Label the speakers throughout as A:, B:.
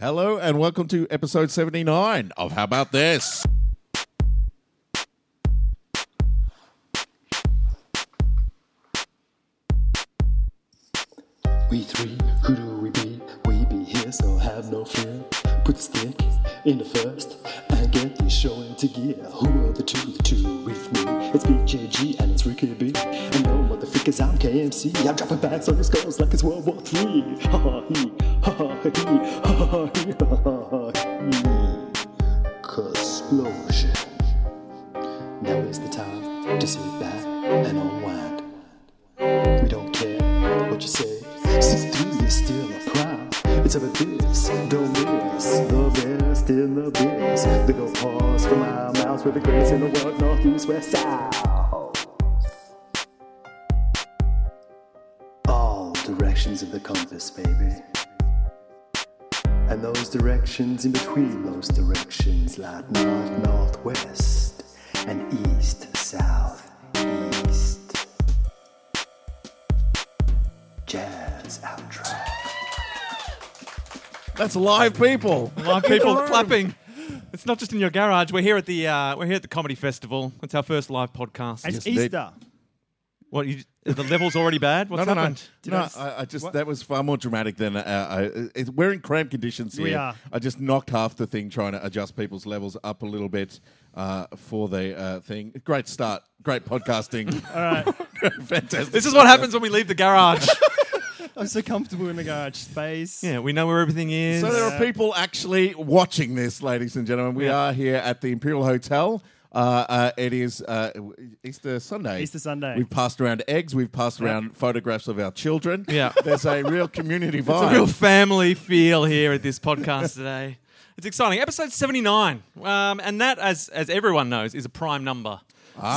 A: Hello and welcome to episode 79 of How About This?
B: We three, who do we be? We be here, so have no fear. Put the stick in the first and get this show into gear. Who are the two? The two with me. It's BJG and it's Ricky B. And no motherfuckers, I'm KMC. I'm dropping bags on your skulls like it's World War Three. Ha ha he, ha ha he, ha ha he, ha ha he. Explosion. Now is the time to sit back and unwind. We don't care what you say. Six three is still a prime. It's of abyss, don't miss the best in the biz. They go pause for my mouth with the grace in the world, northeast, west, south. All directions of the compass, baby. And those directions in between those directions, like north, northwest, and east, south, east. Jazz outro.
A: That's live people.
C: Live people clapping. It's not just in your garage. We're here at the uh, we're here at the comedy festival. It's our first live podcast.
A: Yes,
D: It's
A: they-
D: Easter.
C: what you, are the level's already bad? What's
A: no, no, no,
C: happened?
A: no.
D: I just-
A: I, I just
D: what?
A: that was far more dramatic than uh, I, it's, we're in cramped conditions here.
D: We are.
A: I just knocked half the thing trying to adjust people's levels up a little bit uh, for the uh, thing. Great start, great podcasting. All right, fantastic.
C: This is what happens when we leave the garage.
D: I'm Oh, so comfortable in the garage space.
C: yeah, we know where everything is.
A: So there are people actually watching this, ladies and gentlemen. We
C: Yeah.
A: are here at the Imperial Hotel. Uh, uh, it is uh, Easter Sunday.
D: Easter Sunday.
A: We've passed around eggs. We've passed around photographs of our children.
C: Yeah.
A: there's a real community
C: it's
A: vibe.
C: a real family feel here at this podcast today. It's exciting. Episode seventy nine, um, and that, as as everyone knows, is a prime number.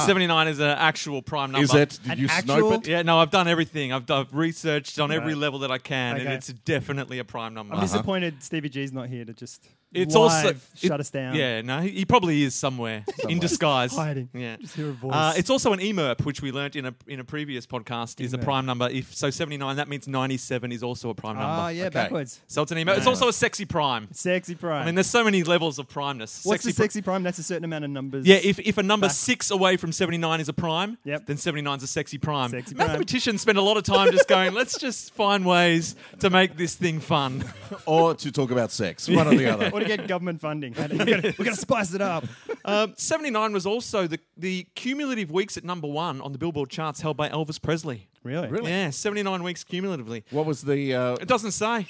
C: Seventy nine is an actual prime number.
A: Ah. is it? Did
D: An
A: you
D: actual-
A: snope it?
C: Yeah, no, I've done everything. I've, I've researched on every
D: Right.
C: level that I can, and
D: Okay.
C: it's definitely a prime number.
D: I'm disappointed Stevie G's not here to just
C: Uh-huh. It's
D: live
C: also
D: shut
C: it-
D: us down.
C: Yeah, no, he, he probably is somewhere, in disguise,
D: hiding.
C: Yeah,
D: Just hear a voice.
C: Uh, it's also an emerp, which we learnt in a in a previous podcast is a
D: Emerp.
C: prime number. If so, seventy nine, that means ninety seven is also a prime number.
D: Ah, yeah,
A: Okay.
D: backwards.
C: So it's an emerp. It's also a sexy prime.
D: Sexy prime.
C: I mean, there's so many levels of primeness.
D: What's the
C: pri-
D: sexy prime? That's a certain amount of numbers.
C: yeah, if, if a number
D: Back.
C: six away from 79 is a prime,
D: Yep.
C: then 79 is a sexy prime.
D: Sexy prime.
C: Mathematicians spend a lot of time just going, let's just find ways to make this thing fun.
A: or to talk about sex? One or the other.
D: or to get government funding. We're gonna, we're gonna spice it up.
C: Um, 79 was also the, the cumulative weeks at number one on the Billboard charts held by Elvis Presley.
D: Really?
A: Really?
C: Yeah, 79 weeks cumulatively.
A: What was the uh,
C: It doesn't say.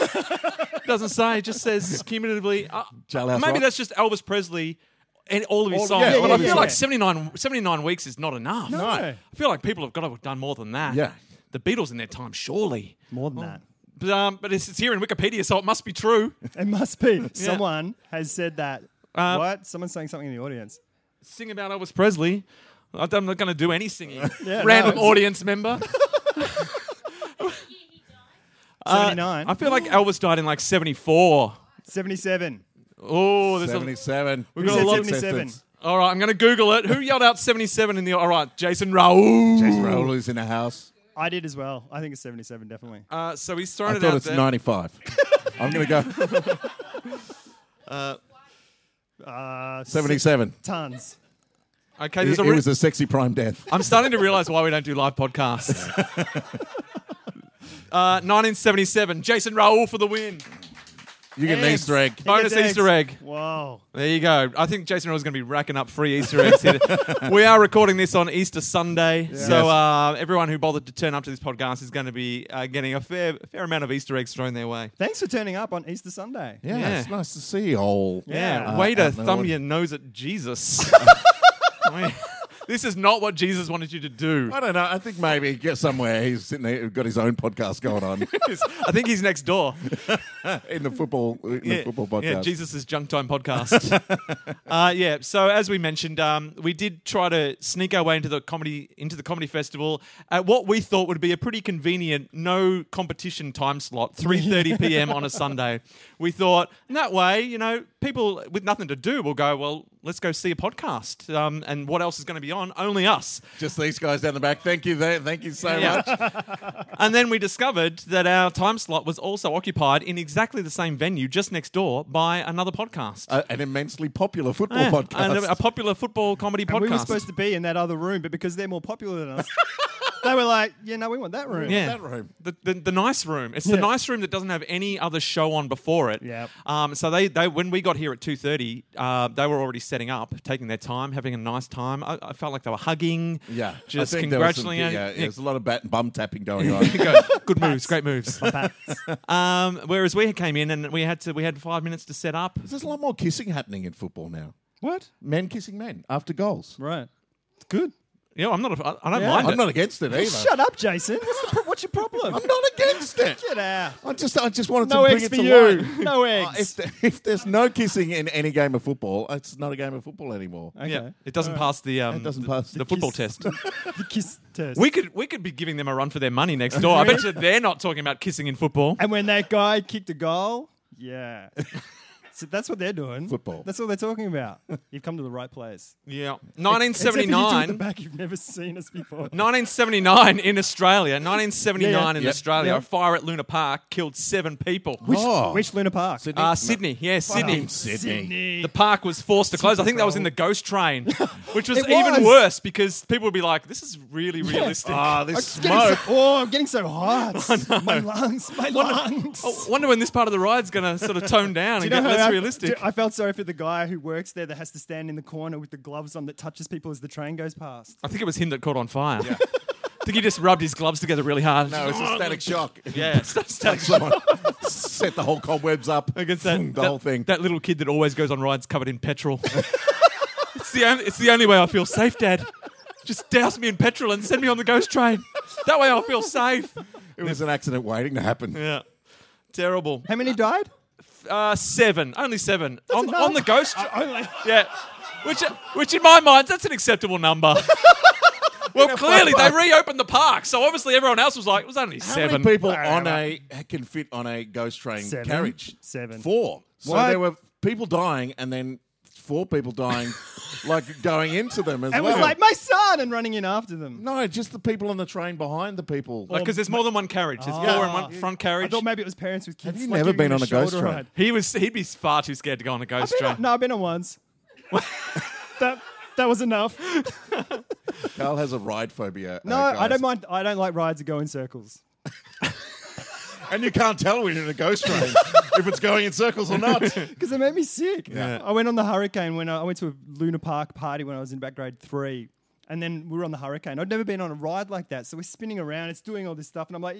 C: it doesn't say. It just says cumulatively. Uh,
A: Jailhouse
C: maybe
A: Rock?
C: that's just Elvis Presley and all of his
A: All-
C: songs.
A: yeah,
C: but
A: all
C: I
A: of his
C: feel like
D: songs.
C: 79, 79 weeks is not enough.
D: No.
C: I feel like people have got to have done more than that.
A: Yeah.
C: The Beatles in their time, surely.
D: More than that.
C: But, um, but it's, it's here in Wikipedia, so it must be true.
D: It must be. Someone has said that.
C: Uh,
D: what? Someone's saying something in the audience.
C: Sing about Elvis Presley. I don't- I'm not going to do any singing.
D: Yeah,
C: Random
D: no, it's-
C: audience member. Uh,
D: 79.
C: I feel like Elvis died in like 74.
D: 77.
C: Oh, there's a,
A: seventy-seven?
C: We've
D: Who
C: got a
D: said
C: lot
D: 77?
C: all right. I'm going to Google it. Who yelled out 77 in the? All right, Jason Raul.
A: Jason Raul is in the house.
D: I did as well. I think it's 77, definitely.
C: Uh, so he's thrown
A: I
C: it
A: thought
C: out
A: it's
C: there.
A: ninety-five. I'm gonna go
D: Uh,
A: seventy-seven.
D: Tons.
C: okay,
A: It,
C: there's a.
A: it
C: Re-
A: was a sexy prime death.
C: I'm starting to realize why we don't do live podcasts. Uh, 1977, Jason Raul for the win.
A: You get an
D: Eggs.
A: Easter egg.
C: Bonus
D: Eggs.
C: Easter egg.
D: Wow.
C: There you go. I think Jason Raul's going to be racking up free Easter eggs. Here. we are recording this on Easter Sunday, so
A: Yes.
C: uh, everyone who bothered to turn up to this podcast is going to be uh, getting a fair, fair amount of Easter eggs thrown their way.
D: Thanks for turning up on Easter Sunday.
A: Yeah,
C: Yeah.
A: it's nice to see you all.
C: Yeah,
D: Yeah.
C: way
A: Uh,
C: to
A: out in the
C: thumb
A: audience.
C: your nose at Jesus. I mean, this is not what Jesus wanted you to do.
A: I don't know. I think maybe get somewhere he's sitting there, got his own podcast going on
C: I think he's next door.
A: in the football in the football podcast.
C: yeah, Jesus' junk time podcast. uh, yeah, so as we mentioned, um, we did try to sneak our way into the comedy into the comedy festival at what we thought would be a pretty convenient no competition time slot, three thirty p.m. on a Sunday. We thought in that way, you know, people with nothing to do will go. Well, let's go see a podcast. Um, and what else is going to be on? Only us.
A: Just these guys down the back. Thank you. There. Thank you so
C: Yeah.
A: much.
C: And then we discovered that our time slot was also occupied in exactly the same venue just next door by another podcast.
A: A- Uh, an immensely popular football
C: Yeah,
A: podcast.
C: and a, a popular football comedy
D: And
C: podcast.
D: we were supposed to be in that other room, but because they're more popular than us, they were like, "Yeah, no, we want that room."
C: yeah.
A: that room.
C: The, the, the nice room. It's the
D: Yeah.
C: nice room that doesn't have any other show on before it.
D: Yep.
C: Um, so they, they when we got here at two thirty, uh, they were already setting up, taking their time, having a nice time. I, I felt like they were hugging.
A: Yeah,
C: Just
A: I think there was some-
C: congratulating.
A: yeah,
C: yeah,
A: there's a lot of bat and bum tapping going on.
C: go, good moves, great moves.
D: Pats.
C: Um, whereas we came in and we had to we had five minutes to set up.
A: there's a lot more kissing happening in football now.
D: what?
A: Men kissing men after goals.
D: Right. It's good.
C: You know, I'm not. A, I don't
D: Yeah.
C: mind
A: I'm
C: it.
A: not against it either.
D: Shut up, Jason. What's, the pro- what's your problem?
A: I'm not against it.
D: Get out.
A: I just, I just wanted
D: No
A: to bring
D: eggs
A: it
D: for
A: to
D: you.
A: light.
D: No
A: Uh,
D: eggs.
A: If, th- if there's no kissing in any game of football, it's not a game of football anymore.
D: Okay.
C: Yeah, it doesn't pass the um,
A: It doesn't
C: the,
A: pass
C: the
A: the
C: football
D: kiss.
C: test.
D: The kiss test.
C: We could we could be giving them a run for their money next door. I bet you they're not talking about kissing in football.
D: and when that guy kicked a goal, yeah. so that's what they're doing.
A: Football.
D: That's what they're talking about. You've come to the right place.
C: Yeah,
D: Except if you do it at the
C: 1979.
D: back, you've never seen us before.
C: 1979 in Australia. 1979
D: Yeah, yeah.
C: in
A: Yep.
C: Australia.
D: Yeah.
C: A fire at Luna Park killed seven people.
A: Which,
D: Oh, Which Luna Park?
A: Sydney?
C: Uh, Sydney, yeah, Sydney.
A: Fucking Sydney.
C: The park was forced to close. I think that was in the ghost train, which was,
D: It was.
C: even worse because people would be like, "This is really realistic."
A: Ah,
D: I'm
A: this
D: just getting so,
A: smoke.
D: oh, I'm getting so hot. my lungs, my lungs.
C: I wonder when this part of the ride's going to sort of tone down and
D: You know
C: get
D: how
C: oh, less
D: I-
C: realistic.
D: do- I felt sorry for the guy who works there that has to stand in the corner with the gloves on that touches people as the train goes past.
C: I think it was him that caught on fire. I think he just rubbed his gloves together really hard.
A: No, it's a static shock.
C: Yeah, st- st-
A: Someone set the whole cobwebs up.
C: against that,
A: the
C: that-
A: whole thing.
C: That little kid that always goes on rides covered in petrol. it's the only, it's the only way I feel safe, Dad. Just douse me in petrol and send me on the ghost train. That way I'll feel safe.
A: it was an accident waiting to happen.
C: Yeah. Terrible.
D: How many died?
C: Uh, seven, only seven on,
D: enough.
C: on the ghost. Tra-
D: Only.
C: yeah, which, which in my mind, that's an acceptable number. well, clearly they reopened the park, so obviously everyone else was like, it was only
A: How
C: seven.
A: many people on a can fit on a ghost train
D: Seven.
A: carriage?
D: Seven.
A: Four. So
D: What?
A: there were people dying, and then four people dying, like going into them as
D: And
A: well.
D: was like, my son, and running in after them.
A: no, just the people on the train behind the people.
C: Because there's more than one carriage. There's four in one front
D: Ah. I
C: carriage.
D: thought maybe it was parents with
A: Have
D: kids.
A: you
D: like,
A: never
D: giving
A: been on
D: them
A: a ghost
D: shoulder
A: train?
D: ride.
C: He was he'd be far too scared to go on a ghost
D: I've been
C: train.
D: on, no, I've been on once. that, that was enough.
A: Carl has a ride phobia. uh,
D: No, I don't mind. I don't like rides that go in circles.
A: And you can't tell when you're in a ghost train if it's going in circles or not.
D: Because they made me sick.
A: Yeah.
D: I went on the hurricane when I, I went to a Luna Park party when I was in about grade three. And then we were on the hurricane. I'd never been on a ride like that. So we're spinning around, it's doing all this stuff. And I'm like,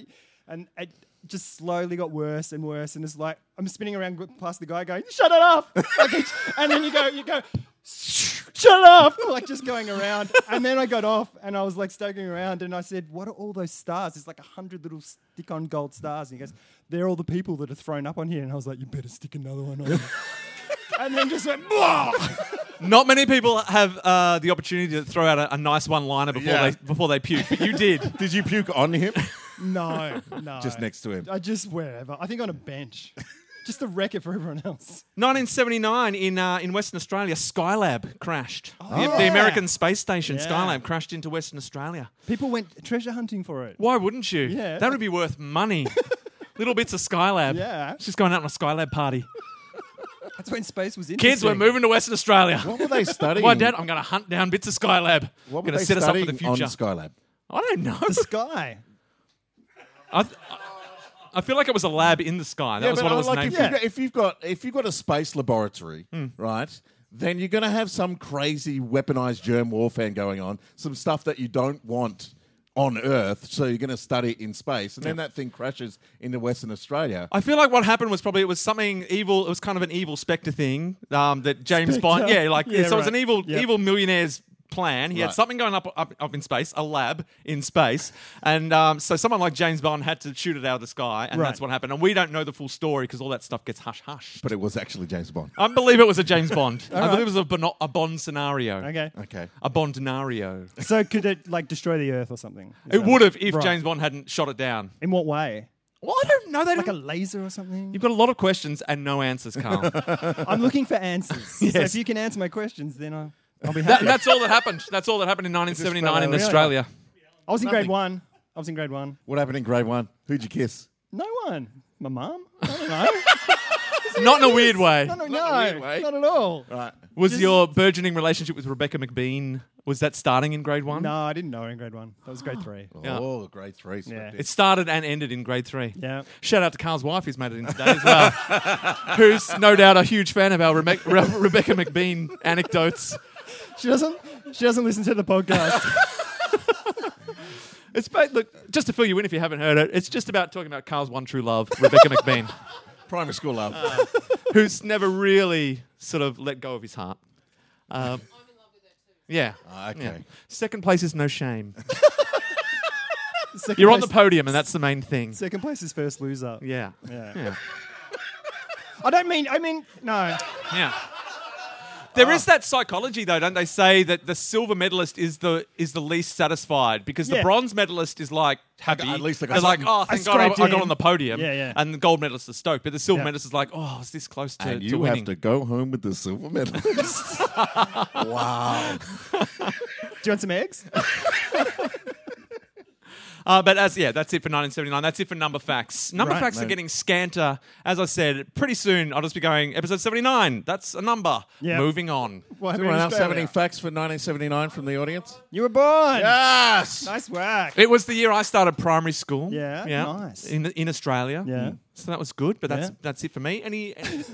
D: and it just slowly got worse and worse. And it's like, I'm spinning around g- past the guy going, shut it up. Like it's- and then you go, you go, shut up. Like just going around. And then I got off and I was like stoking around and I said, what are all those stars? There's like a hundred little stick on gold stars. And he goes, they're all the people that are thrown up on here. And I was like, you better stick another one on. and then just went, blah.
C: Not many people have uh, the opportunity to throw out a, a nice one-liner before
A: Yeah.
C: they before they puke. But you did.
A: Did you puke on him?
D: No, no.
A: Just next to him.
D: I just wherever. I think on a bench. just to wreck it for everyone else.
C: 1979 in uh, in Western Australia, Skylab crashed. the, the
D: Oh. yeah.
C: American space station
D: Yeah.
C: Skylab crashed into Western Australia.
D: People went treasure hunting for it.
C: Why wouldn't you?
D: Yeah.
C: that would be worth money. Little bits of Skylab.
D: Yeah.
C: it's just going out on a Skylab party.
D: That's when space was in.
C: Kids, we're moving to Western Australia.
A: What were they studying?
C: Why, Dad? I'm going to hunt down bits of Skylab.
A: What were
C: going
A: they
C: to set us up for
A: studying
C: the future.
A: on Skylab?
C: I don't know.
D: The sky.
C: I, th- I- I feel like it was a lab in the sky. That was what it
A: I
C: was Hmm.
A: like
C: named
A: if,
C: for.
A: you've got, if you've got if you've got a space laboratory, right? Then you're going to have some crazy weaponized germ warfare going on, some stuff that you don't want on Earth. So you're going to study it in space, and then that thing crashes into Western Australia.
C: I feel like what happened was probably it was something evil. It was kind of an evil Spectre thing um, that James Bond. Yeah, like
D: Yeah,
C: so. It was an
D: right.
C: evil,
D: Yep.
C: evil millionaire's plan. He had
A: Right.
C: something going up, up, up in space, a lab in space, and um, so someone like James Bond had to shoot it out of the sky, and
D: Right.
C: that's what happened. And we don't know the full story because all that stuff gets hush hush.
A: But it was actually James Bond.
C: I believe it was a James Bond. I believe it was a, Bono- a Bond scenario.
D: Okay.
A: Okay.
C: A Bondenario.
D: So could it like destroy the earth or something? Is
C: It
D: that-
C: would have if
D: Right.
C: James Bond hadn't shot it down.
D: In what way?
C: Well, I don't know. They
D: Like a
C: don't.
D: laser or something.
C: You've got a lot of questions and no answers, Carl. that,
D: I'm looking for answers. So
C: Yes.
D: if you can answer my questions, then I'll, I'll be happy.
C: that's all that happened. That's all that happened in 1979 in
A: Really?
C: Australia.
D: I was in grade
A: nothing.
D: one. I was in grade one.
A: What happened in grade one? Who'd you kiss?
D: No one. My mum? I don't know.
C: Not in a weird way.
D: No, no,
A: Not in a weird
D: no,
A: way.
D: not at all.
A: Right.
C: Was your burgeoning relationship with Rebecca McBean was that starting in grade one?
D: No, I didn't know her in grade one. That was grade three.
C: Yeah.
A: Oh, grade three. slipped
D: Yeah.
A: in.
C: It started and ended in grade three.
D: Yeah.
C: Shout out to Carl's wife who's made it in today as well, who's no doubt a huge fan of our Rebe- Re- Rebecca McBean anecdotes.
D: She doesn't. She doesn't listen to the podcast.
C: It's ba- look just to fill you in if you haven't heard it. It's just about talking about Carl's one true love, Rebecca McBean,
A: Primary school love.
C: who's never really sort of let go of his heart. Um, yeah.
A: Ah, okay.
C: yeah. Second place is no shame.
D: Second
C: You're on the
D: place-
C: podium, and that's the main thing.
D: Second place is first loser.
C: Yeah.
D: Yeah.
C: Yeah.
D: I don't mean. I mean no.
C: Yeah. There
D: Ah.
C: is that psychology though, don't they say that the silver medalist is the is the least satisfied because the
D: Yeah.
C: bronze medalist is like happy.
A: At least I got
C: They're like,
A: something.
C: oh, thank
D: I
C: God I,
D: scraped
C: I got
D: in."
C: on the podium.
D: Yeah, yeah.
C: And the gold medalist is stoked, but the silver
D: Yeah.
C: medalist is like, oh, I was this close to,
A: and
C: to
A: you
C: winning.
A: have to go home with the silver medalist. wow.
D: Do you want some eggs?
C: Uh, but as yeah, that's it for 1979. That's it for number facts. Number
D: Right,
C: facts are
A: mate.
C: getting scanter. As I said, pretty soon I'll just be going episode 79. That's a number.
D: Yeah.
C: Moving on.
A: Does
D: What happened in
A: anyone else have
D: Australia?
A: any facts for 1979 from the audience?
D: You were born.
A: Yes.
D: Nice work.
C: It was the year I started primary school.
D: Yeah, nice.
C: In in Australia. Mm.
D: Yeah.
C: So that was good, but that's
D: Yeah.
C: that's it for me. Any, any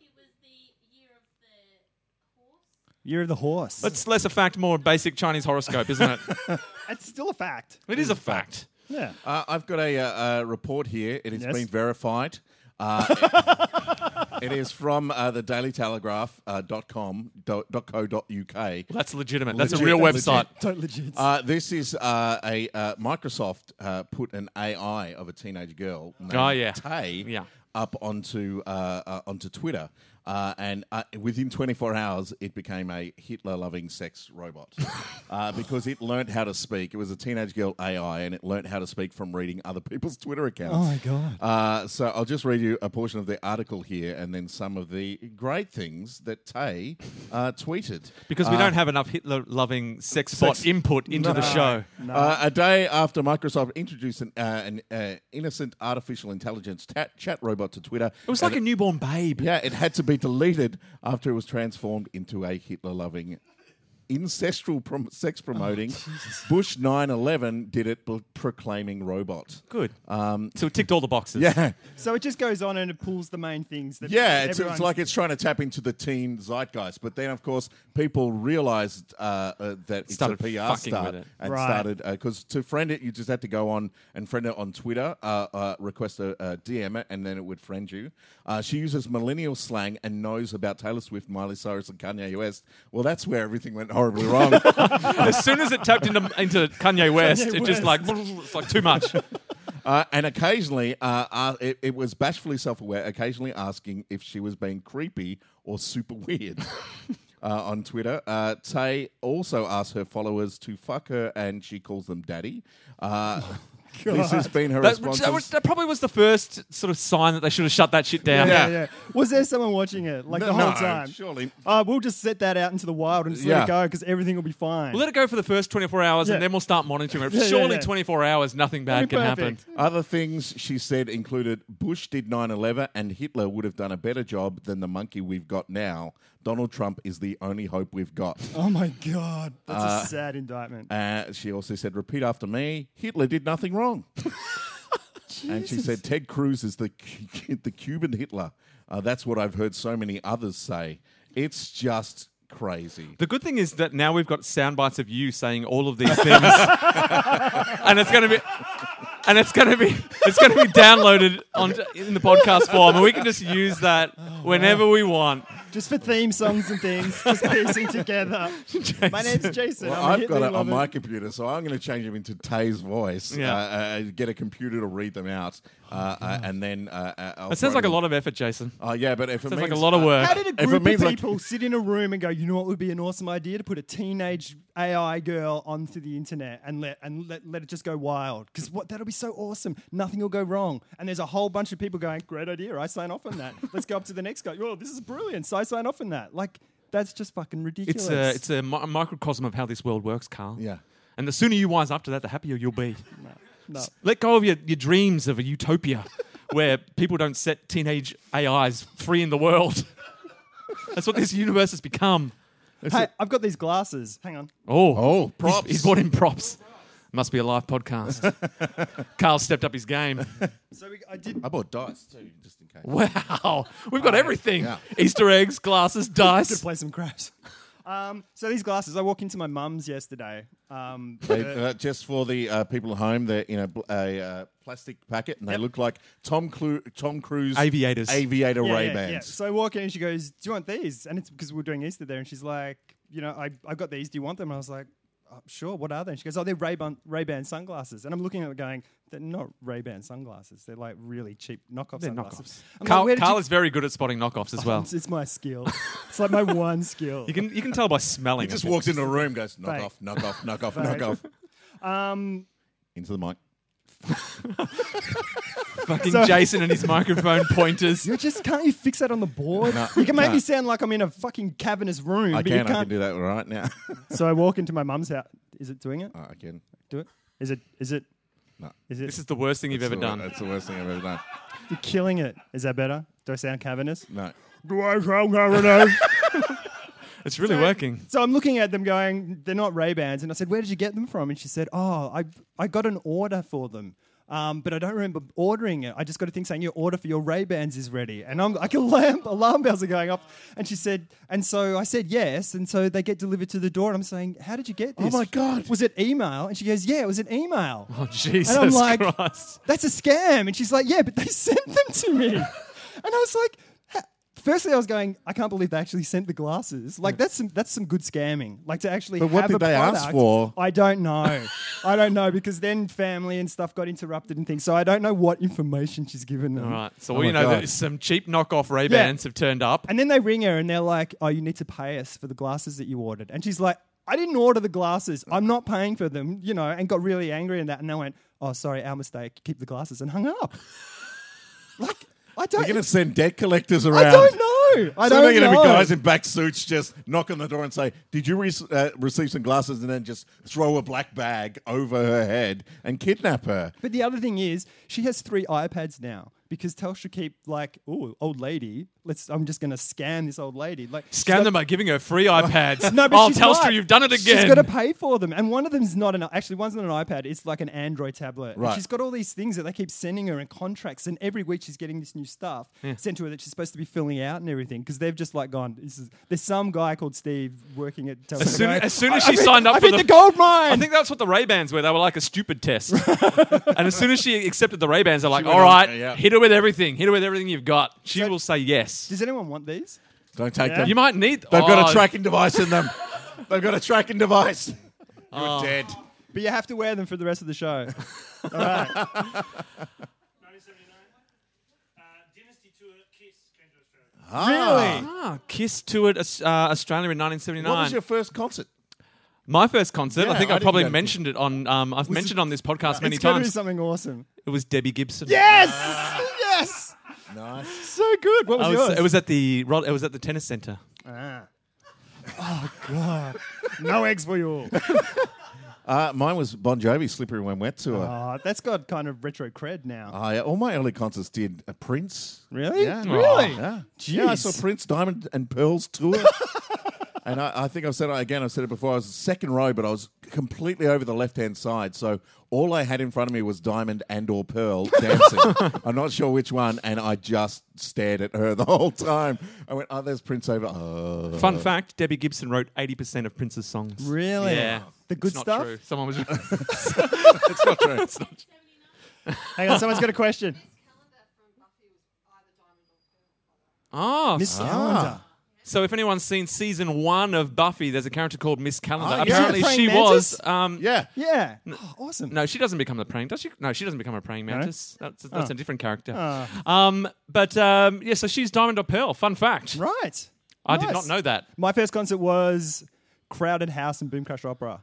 E: It was the year of the horse.
D: You're the horse.
C: it's less a fact, more a basic Chinese horoscope, isn't it?
D: That's still a fact.
C: it is a fact.
D: Yeah.
A: Uh, I've got a, uh, uh report here. It has
D: Yes.
A: been verified. Uh, it is from uh, the Daily Telegraph uh, dot com dot, dot co dot uk.
C: That's legitimate. That's a
A: Legit,
C: real
A: legit.
C: website.
D: Totally legit.
A: Uh, this is uh, a uh, Microsoft uh, put an AI of a teenage girl named
C: Oh, yeah.
A: Tay
C: Yeah.
A: up onto uh, uh, onto Twitter, uh, and uh, within 24 hours, it became a Hitler-loving sex robot uh, because it learnt how to speak. It was a teenage girl AI, and it learnt how to speak from reading other people's Twitter accounts.
D: Oh, my God.
A: Uh, so I'll just read you a portion of the article here, and then some of the great things that Tay uh, tweeted.
C: Because we don't have enough Hitler loving Uh, sex bot input into the show.
A: Uh, a day after Microsoft introduced an, uh, an uh, innocent artificial intelligence ta- chat robot to Twitter,
C: It was like a newborn babe.
A: yeah, it had to be deleted after it was transformed into a Hitler-loving, ancestral prom-
C: Oh,
A: sex-promoting Bush 9/11 did it bl- proclaiming robot.
C: Good. so it ticked all the boxes.
A: Yeah,
D: so it just goes on and it pulls the main things. That
A: yeah. It's, it's
D: everyone's-
A: like it's trying to tap into the teen zeitgeist, but then of course people realised uh, uh, that it's
C: Started
A: a PR
C: fucking
A: start
C: with it.
A: and
D: Right.
A: started because to friend it, you just had to go on and friend it on Twitter, uh, uh, request a, a DM it, and then it would friend you. Uh, she uses millennial slang and knows about Taylor Swift, Miley Cyrus, and Kanye West. Well, that's where everything went horribly wrong.
C: As soon as it tapped into, into Kanye West, it just like, it's like too much.
A: Uh, and occasionally, uh, uh, it, it was bashfully self aware, occasionally asking if she was being creepy or super weird. Uh, on Twitter, uh, Tay also asked her followers to fuck her, and she calls them daddy. Uh, this has been her
C: That,
A: response.
C: that was- that probably was the first sort of sign that they should have shut that shit down.
A: Yeah.
D: Yeah, yeah. Was there someone watching it like the
A: No,
D: whole
A: no,
D: time?
A: surely.
D: Uh, we'll just set that out into the wild and just let
A: Yeah.
D: it go because everything will be fine.
C: We'll let it go for the first 24 hours
D: Yeah.
C: and then we'll start monitoring it.
D: Yeah, yeah,
C: Surely
D: yeah.
C: 24 hours, nothing bad
D: That'd be
C: can
D: perfect.
C: happen.
A: Other things she said included Bush did 9 11 and Hitler would have done a better job than the monkey we've got now. Donald Trump is the only hope we've got.
D: oh my god, that's a sad indictment.
A: Uh, she also said, repeat after me Hitler did nothing wrong. and she said, Ted Cruz is the, Cu- the Cuban Hitler. Uh, that's what I've heard so many others say. It's just crazy.
C: The good thing is that now we've got sound bites of you saying all of these things, and it's going to be, and it's going to be, it's going to be downloaded on in the podcast form, and we can just use that
D: Oh,
C: whenever we want.
D: just for theme songs and things, just piecing together. My name's Jason.
A: Well,
D: I'm a
A: I've
D: Hitler
A: got it on
D: lover.
A: my computer, so I'm going to change them into Tay's voice.
C: Yeah. Oh,
A: Uh, uh, get a computer to read them out, Uh, uh, and then uh, uh, I'll
C: That sounds
A: throw
C: like a
A: in-
C: lot of effort, Jason.
A: Oh yeah, but if it
C: Sounds like a
A: means-
C: lot of
A: uh,
C: work.
D: How did a
A: If it
D: group
A: means,
D: of
A: like-
D: people sit in a room and go, you know what would be an awesome idea to put a teenage AI girl onto the internet and let and let, let it just go wild? Because what that'll be so awesome. Nothing will go wrong. And there's a whole bunch of people going, Great idea, I sign off on that. Let's go up to the next guy. Oh, this is brilliant. So I sign off on that. Like that's just fucking ridiculous.
C: It's a, it's a mi- microcosm of how this world works, Carl.
A: Yeah.
C: And the sooner you wise up to that, the happier you'll be.
D: no.
C: Let go of your, your dreams of a utopia where people don't set teenage AIs free in the world. That's what this universe has become.
D: Hey, I've got these glasses. Hang on.
C: Oh,
A: Oh,
C: He's-
A: props.
C: He's, brought in props. Must be a live podcast. Carl stepped up his game.
D: So we, I did.
A: I bought dice too, just in case.
C: Wow, we've got everything:
A: yeah.
C: Easter eggs, glasses,
D: Could
C: dice.
D: play some craps. Um, so these glasses, I walked into my mum's yesterday. Um,
A: They, uh, just for the uh, people at home, they're in a, bl- a uh, plastic packet, and they look like Tom, Clu- Tom Cruise
C: Aviators.
A: aviator
D: Yeah,
A: Ray
D: yeah,
A: Bans.
D: yeah. So I walk in and she goes, "Do you want these?" And it's because we're doing Easter there, and she's like, "You know, I, I got these. Do you want them?" And I was like, "Uh, "Sure. What are they?" And she goes, "Oh, they're Ray Ban Ray Ban sunglasses." And I'm looking at it going, "They're not Ray Ban sunglasses. They're like really cheap knockoff
C: They're knockoffs.
D: sunglasses." I'm like,
C: Carl,
D: "Where did
C: Carl
D: you-"
C: is very good at spotting knockoffs as well.
D: It's, it's my skill. it's like my one skill.
C: You can you can tell by smelling.
A: He just
C: it.
A: walks into a room, goes knock
D: Fake.
A: off, knock off, knock off,
D: Fake.
A: knock off
D: Um,
A: into the mic.
C: fucking
D: So-
C: Jason and his microphone pointers.
D: you just can't you fix that on the board?
A: No,
D: you can make me
A: can't.
D: sound like I'm in a fucking cavernous room.
A: I
D: but You
A: can, I
D: can't.
A: can do that right now.
D: So I walk into my mum's house. Is it doing it?
A: I can.
D: Do it? Is it? Is it?
A: Uh. No.
D: Is it?
C: This is the worst thing you've ever
A: That's the-
C: done.
A: That's the worst thing I've ever done.
D: You're killing it. Is that better? Do I sound cavernous?
A: No.
D: Do I sound cavernous?
C: It's really working.
D: so I'm looking at them going, they're not Ray-Bans. And I said, where did you get them from? And she said, oh, I, I got an order for them. Um, but I don't remember ordering it. I just got a thing saying your order for your Ray-Bans is ready. And I'm like, alarm, alarm bells are going up. And she said, and so I said yes. And so they get delivered to the door. And I'm saying, how did you get this?
A: my God.
D: Was it email? And she goes, yeah, it was an email.
C: Oh Jesus
D: and I'm like,
C: Christ!
D: that's a scam. And she's like, yeah, but they sent them to me. and I was like, ha- firstly, I was going, I can't believe they actually sent the glasses. Like that's some, that's some good scamming. Like to actually.
A: But what
D: have
A: did
D: a
A: they ask
D: product-
A: for?
D: I don't know. I don't know because then family and stuff got interrupted and things. So I don't know what information she's given them.
C: All right, so
A: Oh my
C: we know
A: God.
C: that some cheap knockoff Ray Bans have turned up.
D: And then they ring her and they're like, oh, you need to pay us for the glasses that you ordered. And she's like, I didn't order the glasses. I'm not paying for them, you know, and got really angry and that. And I went, oh, sorry, our mistake. Keep the glasses and hung up. like, I
A: We're going to
D: don't,
A: send debt collectors around.
D: I don't know.
A: so
D: I don't
A: they're
D: know.
A: going to be guys in back suits just knock on the door and say, Did you re- uh, receive some glasses? And then just throw a black bag over her head and kidnap her.
D: But the other thing is, she has three iPads now because Telstra keep like, oh, old lady. Let's. I'm just gonna scam this old lady. Like she's
C: Scam
D: got-
C: them by giving her free iPads.
D: No, but
C: oh,
D: she's
C: Telstra,
D: right.
C: you've done it again.
D: She's got to pay for them, and one of them's not an. Actually, one's not an iPad. It's like an Android tablet. And
A: Right.
D: she's got all these things that they keep sending her and contracts, and every week she's getting this new stuff sent to her that she's supposed to be filling out and everything because they've just like gone. This is there's some guy called Steve working at Telstra.
C: As soon-
D: going,
C: as soon as
D: "I-
C: she
D: I've hit-
C: signed up
D: I've
C: for
D: hit
C: the-
D: the gold mine.
C: I think that's what the Ray Bans were. They were like a stupid test. and as soon as she accepted the Ray Bans, they're like,
A: went
C: all
A: on-
C: right,
A: yeah.
C: hit her with everything. Hit her with everything you've got. She
D: So-
C: will say yes.
D: Does anyone want these?
A: Don't take
D: Yeah.
A: them.
C: You might need.
A: They've got
C: Oh,
A: a tracking device in them. They've got a tracking device. You're dead.
D: But you have to wear them for the rest of the show.
F: uh, Dynasty Tour Kiss came to Australia.
A: Ah.
C: Ah, Kiss toured Aus- uh, Australia in 1979.
A: What was your first concert?
C: My first concert.
A: Yeah,
C: I think
A: I
C: I,
A: didn't
C: probably
A: go to-
C: mentioned it on. Um, I've mentioned on this podcast many
D: it's going to be
C: times.
D: something awesome.
C: It was Debbie Gibson.
D: Yes, yes,
A: Nice.
D: so good. What was,
C: I was,
D: yours?
C: it was at the Rod- it was at the tennis centre.
D: no eggs for you. all.
A: Uh, mine was Bon Jovi, Slippery When Wet tour.
D: Aw, that's got kind of retro cred now.
A: I, all my early concerts did a Prince.
D: Really?
A: Yeah.
D: Really?
A: Yeah. Yeah, I
D: Jeez.
A: saw Prince Diamond and Pearls tour. and I, I think I've said it again, I've said it before, I was second row, but I was completely over the left hand side. So all I had in front of me was Diamond and or Pearl dancing. I'm not sure which one, and I just stared at her the whole time. I went, Oh, there's Prince over. Oh.
C: Fun fact: Debbie Gibson wrote 80% of Prince's songs.
D: Really?
C: Yeah.
D: The good
C: It's not
D: stuff?
C: true. Someone was.
A: It's not true. It's not
D: Hang on, someone's got a question.
E: Calendar from Buffy was either diamond or pearl.
C: oh,
D: Ah. Miss Calendar.
C: So if anyone's seen season one of Buffy, there's a character called Miss Calendar.
A: Oh, yeah.
C: Apparently,
D: Praying
C: she
D: mantis?
C: was. Um,
A: Yeah.
D: Yeah. Oh, awesome.
C: No, she doesn't become the praying. Does she? No, she doesn't become a praying mantis. That's, that's a different character.
D: Oh.
C: Um, but um, yeah, so she's Diamond or Pearl. Fun fact.
D: Right.
C: I did
D: Nice.
C: not know that.
D: My first concert was Crowded House and Boom Crash Opera.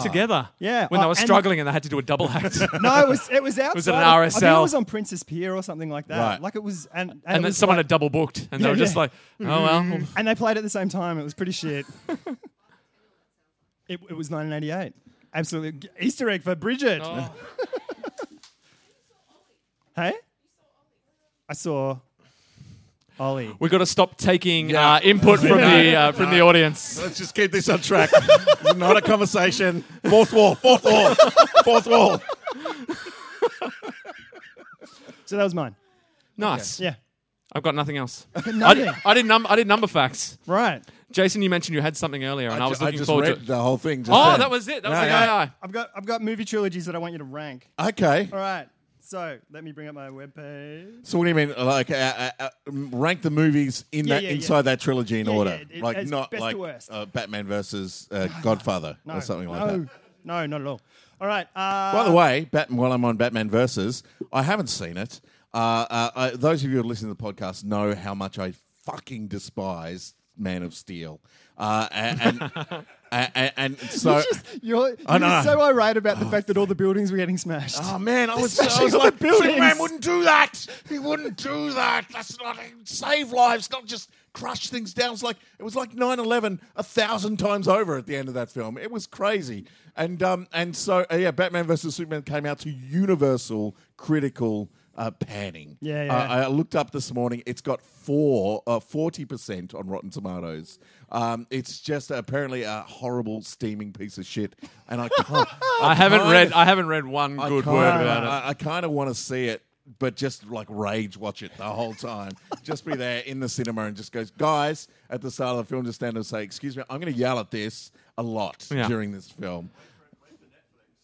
C: Together.
D: Yeah.
C: When
D: Oh,
C: they were
D: and-
C: struggling and they had to do a double act.
D: No, it was it was outside.
C: it an
D: I- I think it
C: RSL?
D: was on Princess Pier or something like that.
A: Right.
D: Like it was, and and,
C: and
D: it
C: then
D: was
C: someone
D: like-
C: had double booked, and
D: Yeah,
C: they were just
D: yeah. Mm-hmm.
C: like, "Oh well."
D: and they played at the same time. It was pretty shit. it, it was 1988. Absolutely G- Easter egg for Bridget.
C: Oh.
D: Hey, I saw Ollie.
C: We've got to stop taking uh, input from the uh, from the audience.
A: Let's just keep this on track. It's not a conversation. Fourth wall, fourth wall, fourth wall.
D: So that was mine.
C: Nice.
D: Yeah.
C: I've got nothing else. I
D: Nothing.
C: did, I did num- I did number facts.
D: right.
C: Jason, you mentioned you had something earlier, and I, was
A: ju-
C: looking
A: just
C: forward
A: read
C: to. it.
A: the whole thing. Just
C: Oh,
A: then.
C: that was it. That was
A: No,
C: the
A: yeah.
C: AI.
D: I've got I've got movie trilogies that I want you to rank.
A: Okay.
D: All right. So let me bring up my webpage.
A: So what do you mean? Like, uh, uh, uh, rank the movies in
D: Yeah,
A: that
D: yeah,
A: inside
D: yeah.
A: that trilogy in
D: Yeah,
A: order,
D: yeah, it-
A: like
D: it's
A: not
D: best to
A: like
D: worst.
A: Uh, Batman versus uh, Godfather
D: No,
A: or something like
D: no,
A: that.
D: No, not at all. All right. Uh,
A: By the way, Bat- while I'm on Batman versus, I haven't seen it. Uh, uh, I, those of you who listen to the podcast know how much I fucking despise Man of Steel, uh, and, and, and, and so.
D: Just, you're, Oh.
A: I
D: you're
A: know.
D: so irate about the fact that all the buildings were getting smashed.
A: Oh man, I was, I
D: smashing
A: was
D: all
A: like,
D: the buildings.
A: Superman wouldn't do that. He wouldn't do that. That's not save lives, not just crush things down. It's like it was like 9-11 a thousand times over at the end of that film. It was crazy. And um and so uh, yeah, Batman versus Superman came out to universal critical uh, panning.
D: Yeah, yeah.
A: Uh, I looked up this morning. It's got four uh, forty percent on Rotten Tomatoes. Um, it's just apparently a horrible steaming piece of shit, and I can't.
C: I haven't
A: kind
C: read.
A: of-
C: I haven't read one good
A: kinda-
C: word about it.
A: I, I kind of want to see it, but just like rage watch it the whole time. just be there in the cinema and just goes, guys, at the start of the film, just stand and say, excuse me, I'm going to yell at this a lot
C: Yeah.
A: during this film.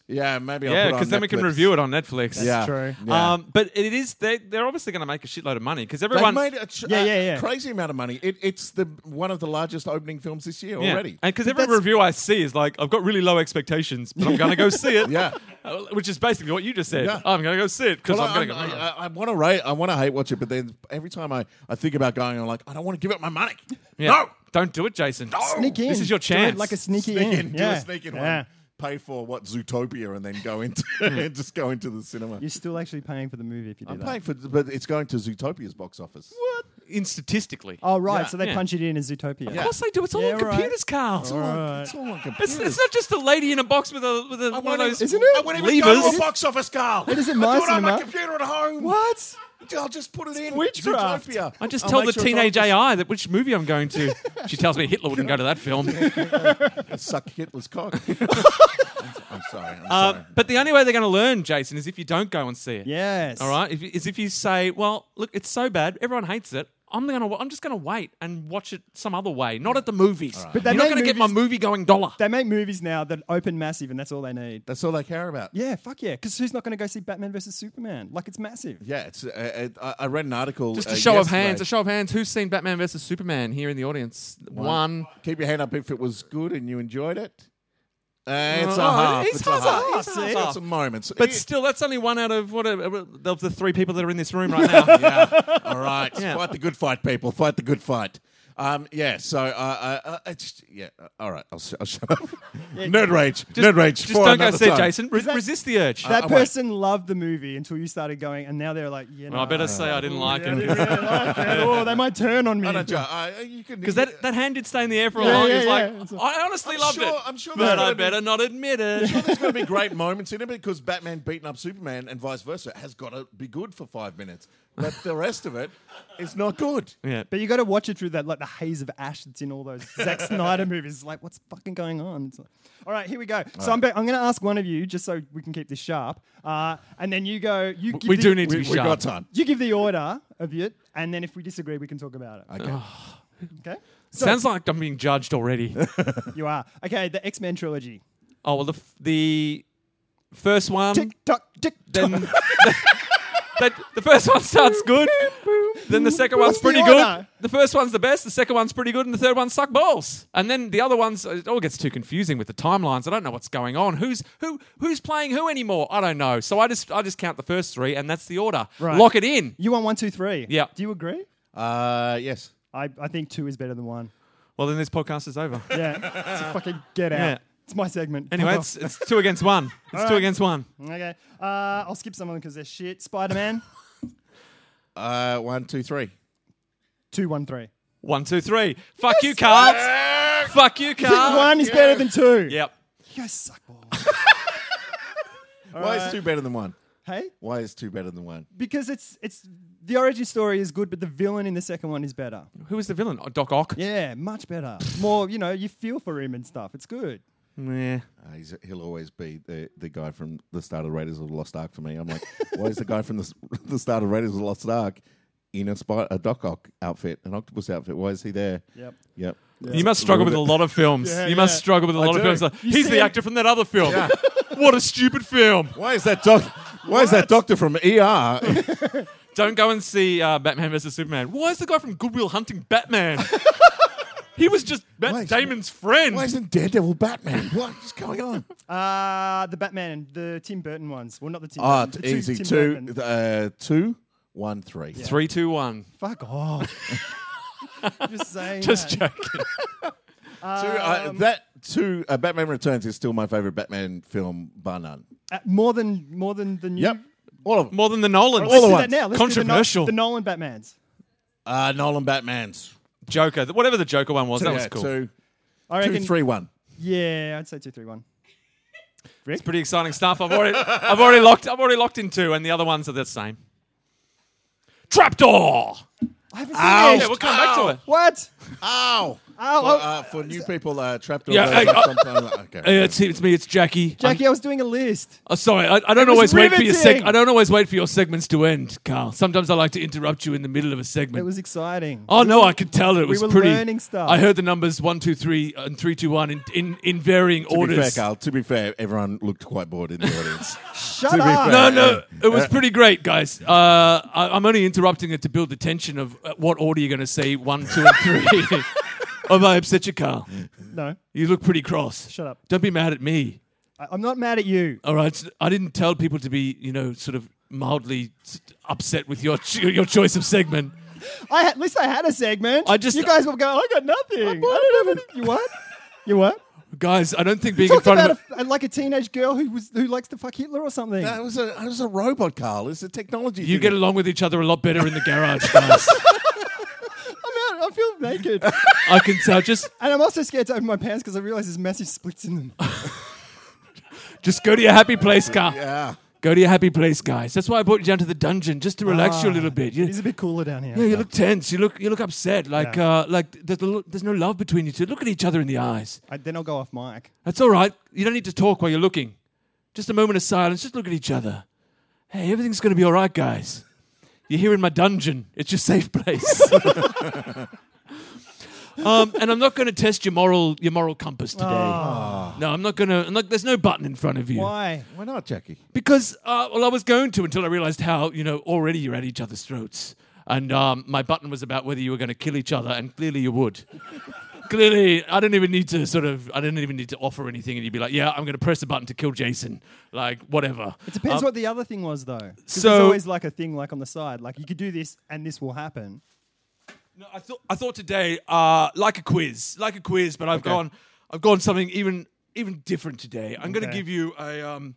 A: Yeah, maybe I'll
C: Yeah,
A: put it on
C: because then we can
A: Netflix.
C: review it on Netflix.
A: yeah.
D: true.
A: Yeah.
C: Um, but it is they, they're obviously going to make a shitload of money because
A: They've
C: everyone
A: made a tr-
D: Yeah,
A: a
D: yeah, yeah.
A: crazy amount of money. It, it's the one of the largest opening films this year
C: Yeah.
A: already.
C: And because
D: But
C: every
D: that's-
C: review I see is like, I've got really low expectations, but I'm going to go see it.
A: Yeah.
C: Uh, Which is basically what you just said.
A: Yeah.
C: I'm going to go see it because
A: Well,
C: I'm going to
A: I'm- uh,
C: go.
A: I,
C: "Oh,
A: I, I want to rate. I want to hate watch it, but then every time I, I think about going, I'm like, I don't want to give up my money.
C: Yeah.
A: No,
C: Don't do it, Jason.
D: sneak in.
C: This is your
D: Do it
C: chance.
D: Like a sneaky
A: sneak
D: in.
A: in, do
D: yeah.
A: a sneak in
D: Yeah.
A: one, pay for what Zootopia, and then go into and just go into the cinema.
D: You're still actually paying for the movie if you do
A: Hmm. I'm
D: that.
A: paying for, but it's going to Zootopia's box office.
C: What? In statistically.
D: Oh, right.
A: Yeah.
D: So they
C: Yeah.
D: punch it in as Zootopia.
C: Of course they do. It's all
D: Yeah,
C: on
D: right.
C: computers, Carl. It's, all on-
A: It's all on
C: it's,
A: computers.
C: it's not just a lady in a box with a with a,
A: I
C: one of
A: won't
C: those.
A: even-
D: Isn't it?
A: I won't even go to
C: levers.
A: a box office, Carl. It
D: isn't
A: I
D: my
A: do it on my
D: cinema.
A: computer at home.
D: What?
A: I'll just put it in.
D: witchcraft.
A: Zootopia.
C: I just
A: I'll
C: tell
A: make
C: the
A: sure it's on
C: teenage
A: the-
C: AI that which movie I'm going to. she tells me Hitler wouldn't go to that film.
A: suck Hitler's cock. I'm sorry. I'm
C: Uh,
A: sorry.
C: but the only way they're going to learn, Jason, is if you don't go and see it.
D: Yes.
C: All right. If, is if you say, well, look, it's so bad, everyone hates it. I'm gonna. I'm just gonna wait and watch it some other way, not at the movies.
D: But they
C: You're not
D: make
C: gonna get my
D: movies-
C: movie going dollar.
D: They make movies now that open massive and that's all they need.
A: That's all I care about.
D: Yeah, fuck yeah. Because who's not going to go see Batman versus Superman? Like it's massive.
A: Yeah, it's. Uh, uh, I I read an article.
C: Just
A: uh,
C: a show of
A: yesterday.
C: hands. A show of hands. Who's seen Batman versus Superman here in the audience? One.
A: Keep your hand up if it was good and you enjoyed it. Uh, it's a
C: Oh,
A: half.
C: he's
A: It's a
C: half,
A: half.
C: he's
A: It's
C: half,
A: got
C: half.
A: some moments.
C: But
A: It-
C: still, that's only one out of what uh, of the three people that are in this room right now.
A: yeah. All right.
C: Yeah.
A: Fight the good fight, people. Fight the good fight. Um, yeah. So uh, uh, uh, it's yeah. uh, All right. I'll, sh- I'll shut up. Nerd rage. Nerd rage.
C: Just
A: for
C: don't go
A: another
C: see it,
A: time.
C: Jason. Re- resist the urge.
D: That
A: I won't.
D: person loved the movie until you started going, and now they're like, yeah,
C: Well, I
D: nah.
C: better say I didn't like
D: Yeah, I
C: it.
D: didn't really like that. Oh, they might turn on me.
A: I don't ju- I- Uh, you can
C: Because that, that hand did stay in the air for a
D: Yeah,
C: long.
D: yeah,
C: it's
D: yeah.
C: like
D: It's a-
C: I honestly
A: I'm
C: loved
A: sure-
C: it,
A: I'm sure there's
C: but I
A: gotta be-
C: better not admit it.
A: there's going to be great moments in it because Batman beating up Superman and vice versa has got to be good for five minutes, but the rest of it is not good.
C: yeah,
D: But you got to watch it through that, like the haze of ash that's in all those Zack Snyder movies. Like, what's fucking going on? It's like, all right, here we go. so I'm, be- I'm going to ask one of you, just so we can keep this sharp, uh, and then you go. You give
C: we
D: the,
C: do need to
A: We,
C: be
A: we
C: sharp.
A: got time.
D: You give the order of it, and then if we disagree, we can talk about it.
A: Okay.
D: Okay. So
C: Sounds like I'm being judged already.
D: you are okay. The X Men trilogy.
C: Oh well, the f- the first one,
D: Tick tock, tick.
C: then that, the first one starts good. Then the second one's
D: What's the
C: pretty good.
D: order?
C: The first one's the best. The second one's pretty good, and the third one suck balls. And then the other ones, it all gets too confusing with the timelines. I don't know what's going on. Who's who? Who's playing who anymore? I don't know. So I just I just count the first three, and that's the order.
D: Right.
C: Lock it in.
D: You want one, two, three.
C: Yeah.
D: Do you agree?
A: Uh, yes.
D: I, I think two is better than one.
C: Well, then this podcast is over.
D: Yeah. so fucking get out.
C: Yeah.
D: It's my segment.
C: Anyway,
D: Fuck
C: it's, it's two against one. It's two
D: right.
C: against one.
D: off. okay. Uh, I'll skip some of them because they're shit. Spider Man,
A: Uh, one, two, three.
D: two, one, three.
C: One, two, three. Fuck you, cards. Fuck you, cards.
D: one is better than two.
C: Yep.
D: You guys suck balls.
A: Why is two better than one?
D: hey,
A: Why is two better than one?
D: because it's it's the origin story is good, but the villain in the second one is better.
C: Who was the villain? Oh, Doc Ock.
D: Yeah, much better. More, you know, you feel for him and stuff. It's good.
C: Yeah.
A: Uh, he's, he'll always be the, the guy from the start of Raiders of the Lost Ark for me. I'm like, why is the guy from the, s- the start of Raiders of the Lost Ark in a, spy, a Doc Ock outfit, an octopus outfit? Why is he there?
D: Yep.
A: Yep.
C: You must struggle with a lot of films.
D: Yeah,
C: you must
D: yeah.
C: struggle with a lot
A: do.
C: of films.
D: You
C: He's
D: see
C: the
D: him-
C: actor from that other film. what a stupid film.
A: Why is that doc? Why is that doctor from ER?
C: Don't go and see uh, Batman vs. Superman. Why is the guy from Goodwill hunting Batman? he was just Matt
A: Why is-
C: Damon's friend.
A: Why isn't Daredevil Batman? What is going on?
D: Uh, the Batman and the Tim Burton ones. Well, not the Tim
A: Ah,
D: Burton. the two
A: easy.
D: Tim
A: Two,
D: Burton.
A: uh, two, one, three.
C: Three, two, one.
D: Fuck off. Just saying.
C: Just
D: that.
C: joking.
A: Two, uh, that two. Uh, Batman Returns is still my favorite Batman film, bar none.
D: Uh, more than more than the new.
A: Yep, all of them.
C: More than the Nolans.
D: Let's
A: All the
D: do
A: ones.
D: that now. Let's
C: Controversial.
D: Do the, Nol- the Nolan Batmans.
A: Uh, Nolan Batman's.
C: Joker. Whatever the Joker one was, that was
A: Yeah,
C: cool.
A: Two,
D: I
A: two,
D: reckon.
A: three, one.
D: Yeah, I'd say two, three, one.
C: It's pretty exciting stuff. I've already, I've already locked, I've already locked in two, and the other ones are the same.
D: Oh,
C: Trapdoor.
D: I haven't
A: Ow.
D: seen
C: Yeah,
D: it.
C: we'll come back to it.
D: What?
A: Ow!
D: Ow,
A: For,
D: oh.
A: uh, for new people, uh, trapped
C: Yeah, hey, uh,
A: sometimes.
C: Hey,
A: Okay.
C: it's, it's me. It's Jackie. I'm-
D: Jackie, I was doing a list.
C: oh, sorry, I, I don't
D: was
C: always wait for your seg-
D: riveting.
C: I don't always wait for your segments to end, Carl. Sometimes I like to interrupt you in the middle of a
D: It
C: segment.
D: was exciting.
C: oh no, I could tell it was
D: were
C: pretty.
D: learning stuff.
C: I heard the numbers one, two, three, and three, two, one in in, in varying
A: To be fair,
C: orders.
A: Carl. To be fair, everyone looked quite bored in the audience.
D: Shut
A: to be
D: up.
A: fair.
C: no, no, it was pretty great, guys. Uh, I, I'm only interrupting it to build the tension of uh, what order you're going to say one, two, and three. Oh, Have I upset you, Carl?
D: No.
C: You look pretty cross.
D: Shut up.
C: Don't be mad at me.
D: I- I'm not mad at you.
C: All right, so I didn't tell people to be, you know, sort of mildly s- upset with your cho- your choice of segment.
D: I had, at least I had a segment.
C: I just-
D: you guys were going. I got nothing. I, don't have any. You what? You what?
C: Guys, I don't think being in
D: Talked
C: front
D: about
C: of
D: a, a- like a teenage girl who was who likes to fuck Hitler or something.
A: That was a, that was a robot, Carl. It's a technology.
C: you
A: thing.
C: get along with each other a lot better in the garage, guys.
D: I'm out. I feel naked,
C: I can tell. Just
D: and I'm also scared to open my pants because I realize there's massive splits in them.
C: just go to your happy place, Carl.
A: Yeah.
C: Go to your happy place, guys. That's why I brought you down to the dungeon just to relax
D: Ah.
C: you a little bit. You,
D: It's a bit cooler down here.
C: yeah, you look tense. You look you look upset. Like uh, like there's, a lo- there's no love between you two. Look at each other in the eyes.
D: I, then I'll go off mic.
C: That's all right. You don't need to talk while you're looking. Just a moment of silence. Just look at each other. Hey, everything's going to be all right, guys. You're here in my dungeon. It's your safe place. um, and I'm not going to test your moral your moral compass today. No, I'm not going to. I'm not, there's no button in front of you
D: Why?
A: Why not, Jackie?
C: because uh, well, I was going to until I realised how you know already you're at each other's throats, and um, my button was about whether you were going to kill each other, and clearly you would. clearly, I don't even need to sort of, I don't even need to offer anything, and you'd be like, yeah, I'm going to press the button to kill Jason, like whatever. Um,
D: It depends what the other thing was though. 'Cause
C: so-
D: there's always like a thing like on the side, like you could do this and this will happen.
C: No, I thought I thought today, uh, like a quiz, like a quiz, but I've gone, I've gone something even even different today. I'm going to
D: Okay.
C: give you a. Um,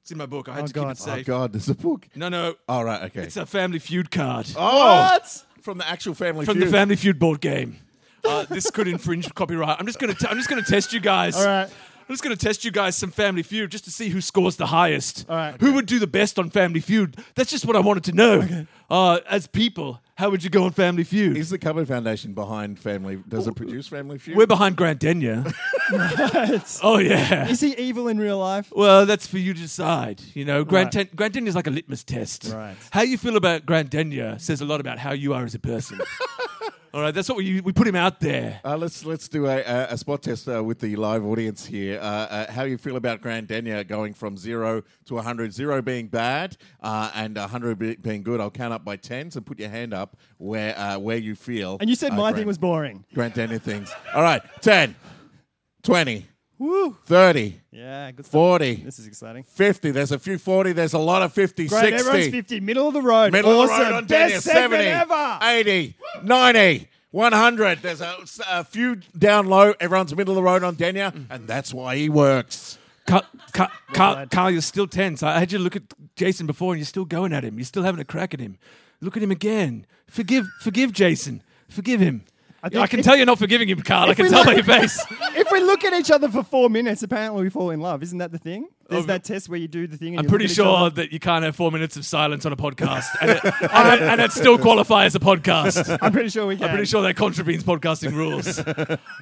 C: it's in my book. I had
D: Oh,
C: to keep
D: God.
C: it
A: Oh
C: safe.
A: God, there's a book.
C: no, no,
A: All right, okay.
C: it's a Family Feud card.
A: oh, from the actual Family
C: from
A: Feud.
C: the Family Feud board game. Uh, this could infringe copyright. I'm just gonna t- I'm just gonna test you guys.
D: All right.
C: I'm just gonna test you guys some Family Feud just to see who scores the highest.
D: All right.
C: Who would do the best on Family Feud? That's just what I wanted to know. Uh, as people, how would you go on Family Feud?
A: Is the Cupboard Foundation behind Family? Does it produce Family Feud?
C: We're behind Grant Denyer. oh yeah.
D: Is he evil in real life?
C: Well, that's for you to decide. You know, Grant Ten- Grant Denyer is like a litmus test.
D: Right.
C: How you feel about Grant Denyer says a lot about how you are as a person. All right, that's what we we put him out there.
A: Uh, let's let's do a, a, a spot test uh, with the live audience here. Uh, uh, how you feel about Grand Denier going from zero to 100? Zero being bad uh, and 100 be- being good. I'll count up by tens and put your hand up where uh, where you feel.
D: And you said
A: uh,
D: my
A: Grand-
D: thing was boring.
A: Grand Denier things. All right, 10, 20,
D: Woo.
A: 30,
D: Yeah, good stuff.
A: 40,
D: This is exciting.
A: 50. There's a few 40. There's a lot of 50,
D: Great,
A: 60.
D: everyone's 50, middle of the road.
A: Middle
D: awesome.
A: of the road on
D: Best
A: Daniel,
D: segment
A: 70,
D: ever.
A: 80, 90, 100. There's a, a few down low. Everyone's middle of the road on Denya, and that's why he works.
C: Carl, Carl, Carl,
D: lad.
C: Carl, you're still tense. I had you look at Jason before, and you're still going at him. You're still having a crack at him. Look at him again. Forgive, forgive Jason. Forgive him. I,
D: think
C: can
D: if-
C: tell you're not forgiving him, Carl. I
D: if
C: can
D: we
C: tell by your
D: look-
C: face.
D: if we look at each other for four minutes, apparently we fall in love. Isn't that the thing? There's that test where you do the thing. And
C: I'm
D: you
C: pretty
D: look at each
C: sure
D: other.
C: that you can't have four minutes of silence on a podcast, and it, and it, and it still qualify as a podcast.
D: I'm pretty sure we can.
C: I'm pretty sure that contravenes podcasting rules.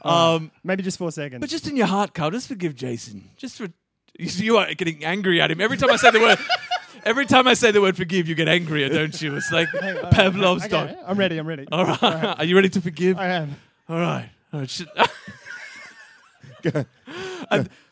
C: Um,
D: Maybe just four seconds.
C: but just in your heart, Carl, just forgive Jason. Just for you, see, you are getting angry at him every time I say the word. Every time I say the word "forgive," you get angrier, don't you? It's like Pavlov's
D: Okay,
C: dog.
D: I'm ready. I'm ready.
C: All right. Are you ready to forgive?
D: I am.
C: All right. All right. Shit.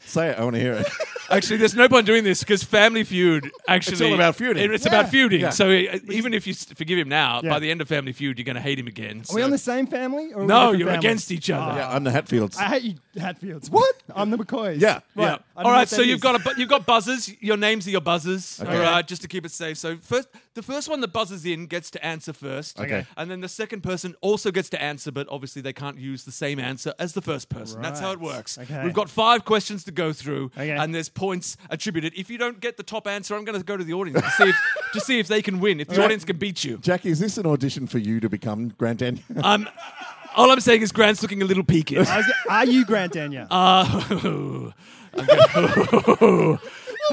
A: Say it. I want to hear it.
C: actually, there's no point doing this because Family Feud actually.
A: all about feuding.
C: It's
D: Yeah.
C: about feuding.
A: Yeah.
C: So uh, even if you s- forgive him now,
D: Yeah.
C: by the end of Family Feud, you're going to hate him again.
D: Are we
C: So-
D: on the same family? Or are we
C: No,
D: different
C: you're
D: families?
C: against each other.
A: yeah, I'm the Hatfields.
D: I hate you, Hatfields. What? I'm the McCoys.
A: Yeah.
C: Yeah.
D: Right. I don't know
C: All
D: Uh, what
C: right.
D: that
C: So you've
D: is.
C: got a bu- you've got buzzers. Your names are your buzzers.
A: Okay.
C: All right. Just to keep it safe. So first, the first one that buzzes in gets to answer first.
A: Okay.
C: And then the second person also gets to answer, but obviously they can't use the same answer as the first person. That's how it
D: Right.
C: works.
D: Okay.
C: We've got five questions to go through,
D: Okay.
C: and there's points attributed. If you don't get the top answer, I'm going to go to the audience to see if to see if they can win. If the audience can beat you.
A: Jackie, is this an audition for you to become Grand Denya?
C: Um. All I'm saying is Grant's looking a little peaked.
D: I was go- Are you Grant Daniel?
C: Uh, I'm,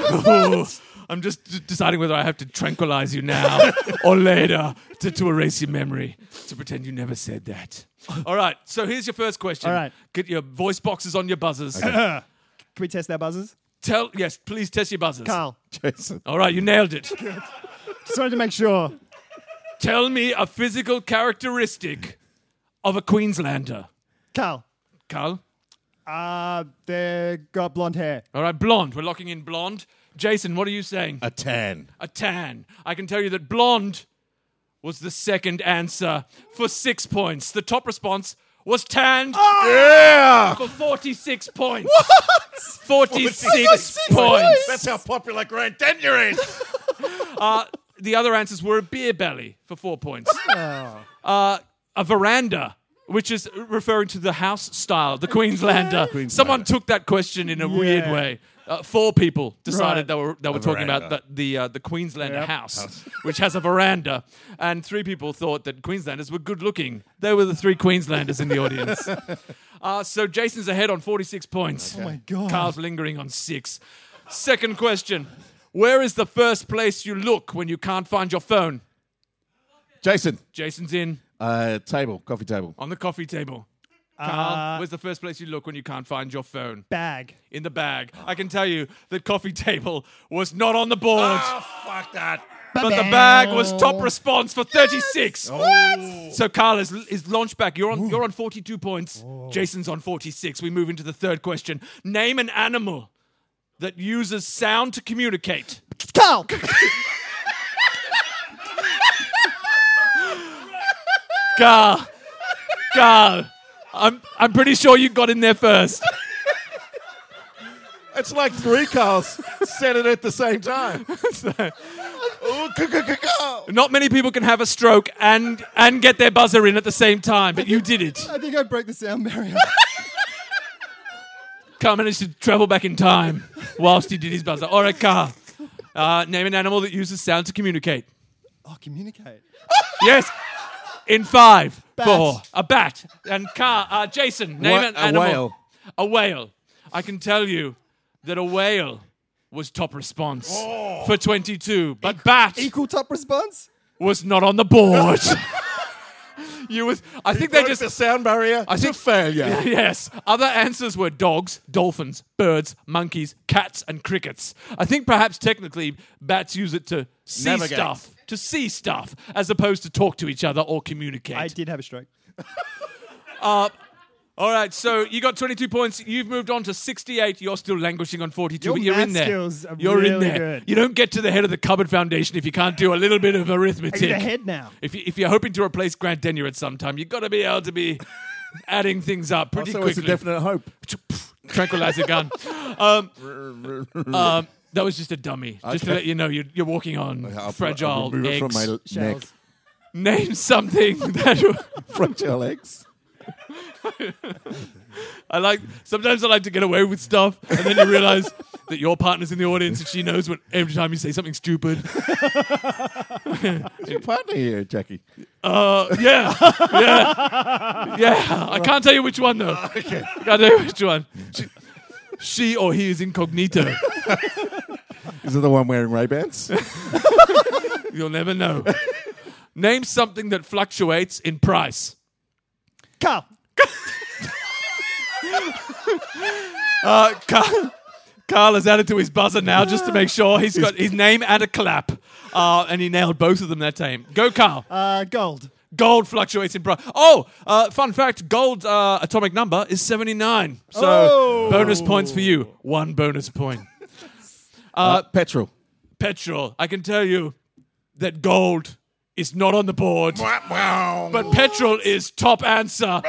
C: go- I'm just d- deciding whether I have to tranquilize you now or later to, to erase your memory, to pretend you never said that. All right, so here's your first question.
D: All right.
C: Get your voice boxes on your buzzers.
D: Can we test our buzzers?
C: Tell Yes, please test your buzzers.
D: Carl,
A: Jason.
C: All right, you nailed it.
D: just wanted to make sure.
C: Tell me a physical characteristic of a Queenslander.
D: Carl,
C: Carl?
D: uh, they got blonde hair.
C: All right, blonde. We're locking in blonde. Jason, what are you saying?
A: A tan.
C: a tan. I can tell you that blonde was the second answer for six points. The top response was tanned
D: Ah!
A: Yeah!
C: for 46 points. Ah! What? 46, points.
A: That's how popular Grand Denya is.
C: Uh, the other answers were a beer belly for four points. Uh, a veranda. Which is referring to the house style, the Queenslander. Someone took that question in a weird
D: Yeah.
C: way. Uh, four people decided
D: Right.
C: they were they were talking about
A: veranda.
C: the the, uh, the Queenslander
D: Yep.
C: house, which has a veranda, and three people thought that Queenslanders were good looking. They were the three Queenslanders in the audience. Uh, so Jason's ahead on forty six points.
D: Oh my God.
C: Carl's lingering on six. Second question: Where is the first place you look when you can't find your phone?
A: Jason,
C: Jason's in
A: uh, table, coffee table.
C: on the coffee table. Carl, where's the first place you look when you can't find your phone?
D: Bag.
C: In the bag. I can tell you that coffee table was not on the board,
A: fuck that.
C: but the bag was top response for 36. So Carl is, is launched back. You're on, you're on 42 points. Jason's on 46. We move into the third question. Name an animal that uses sound to communicate.
D: Carl!
C: Carl, Carl, I'm, I'm pretty sure you got in there first.
A: It's like three cars said it at the same time. Ooh, ca-ca-ca-ca.
C: Not many people can have a stroke and and get their buzzer in at the same time, but you did it.
D: I think I broke the sound barrier.
C: Carl managed to travel back in time whilst he did his buzzer. All right, Carl. Uh, name an animal that uses sound to communicate.
D: oh, communicate.
C: Yes. In five,
D: Bat.
C: four, a bat. And Carl, uh, Jason, name
A: Wha-
C: an
A: a
C: animal.
A: whale.
C: A whale. I can tell you that a whale was top response
A: Oh.
C: for 22, but bat
D: Equal top response?
C: was not on the board. You was. I think they
A: Broke
C: just.
A: the sound barrier. I think failure.
C: Yes. Other answers were dogs, dolphins, birds, monkeys, cats, and crickets. I think perhaps technically bats use it to see
A: Navigate.
C: stuff, to see stuff, as opposed to talk to each other or communicate.
D: I did have a stroke.
C: All right, so you got 22 points. You've moved on to 68. You're still languishing on 42,
D: Your
C: but you're
D: math
C: in there.
D: skills are
C: you're in
D: really
C: there.
D: good.
C: You don't get to the head of the cupboard foundation if you can't do a little bit of
D: I
C: arithmetic.
D: need a head now.
C: If, you, if you're hoping to replace Grant Denyer at some time, you've got to be able to be adding things up pretty
A: So it's a
C: quickly.
A: definite hope.
C: Tranquilizer gun. um, um, that was just a dummy. Just to
A: Okay.
C: let you know, you're, you're walking on
A: I'll- I'll
C: fragile
A: remove it
C: eggs.
A: from my l- neck.
D: Shells.
C: Name something that.
A: Fragile eggs.
C: I like sometimes I like to get away with stuff, and then you realize that your partner's in the audience and she knows what every time you say something stupid.
A: Your partner here, Jackie.
C: Uh, yeah, yeah, yeah. I can't tell you which one though. Okay. I can't tell you which one. She, she or he is incognito.
A: Is it the one wearing Ray Bans?
C: You'll never know. Name something that fluctuates in price.
D: Carl.
C: Uh, Carl, Carl has added to his buzzer now just to make sure he's got his name and a clap. Uh, and he nailed both of them that time. Go, Carl.
D: Uh, gold.
C: Gold fluctuates in price. Oh, uh, fun fact: gold uh, atomic number is seventy-nine. So
D: Oh.
C: bonus points for you. One bonus point.
A: Uh, petrol.
C: Petrol. I can tell you that gold is not on the board,
A: Wow.
C: but petrol is top answer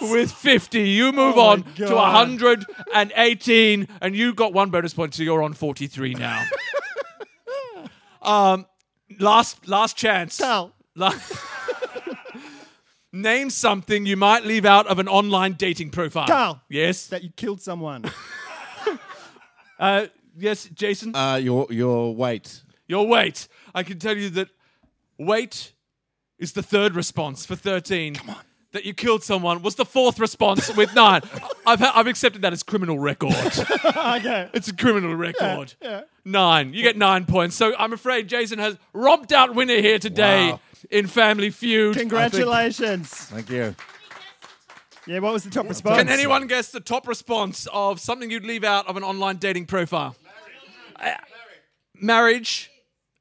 C: with fifty. You move
D: Oh my
C: on to
D: God.
C: hundred and eighteen, and you got one bonus point, so you're on forty-three now. um, last last chance.
D: Carl.
C: La- Name something you might leave out of an online dating profile.
D: Carl.
C: Yes.
D: That you killed someone.
C: Uh, yes, Jason.
A: Uh, your your weight.
C: your weight. I can tell you that weight is the third response for 13. Come on. That you killed someone was the fourth response with nine. I've, ha- I've accepted that as criminal record.
D: okay.
C: It's a criminal record. Nine. You get nine points. So I'm afraid Jason has romped out winner here today
A: Wow.
C: in Family Feud.
D: Congratulations.
A: Thank you.
D: Yeah, what was the top response?
C: Can anyone guess the top response of something you'd leave out of an online dating profile? Uh, marriage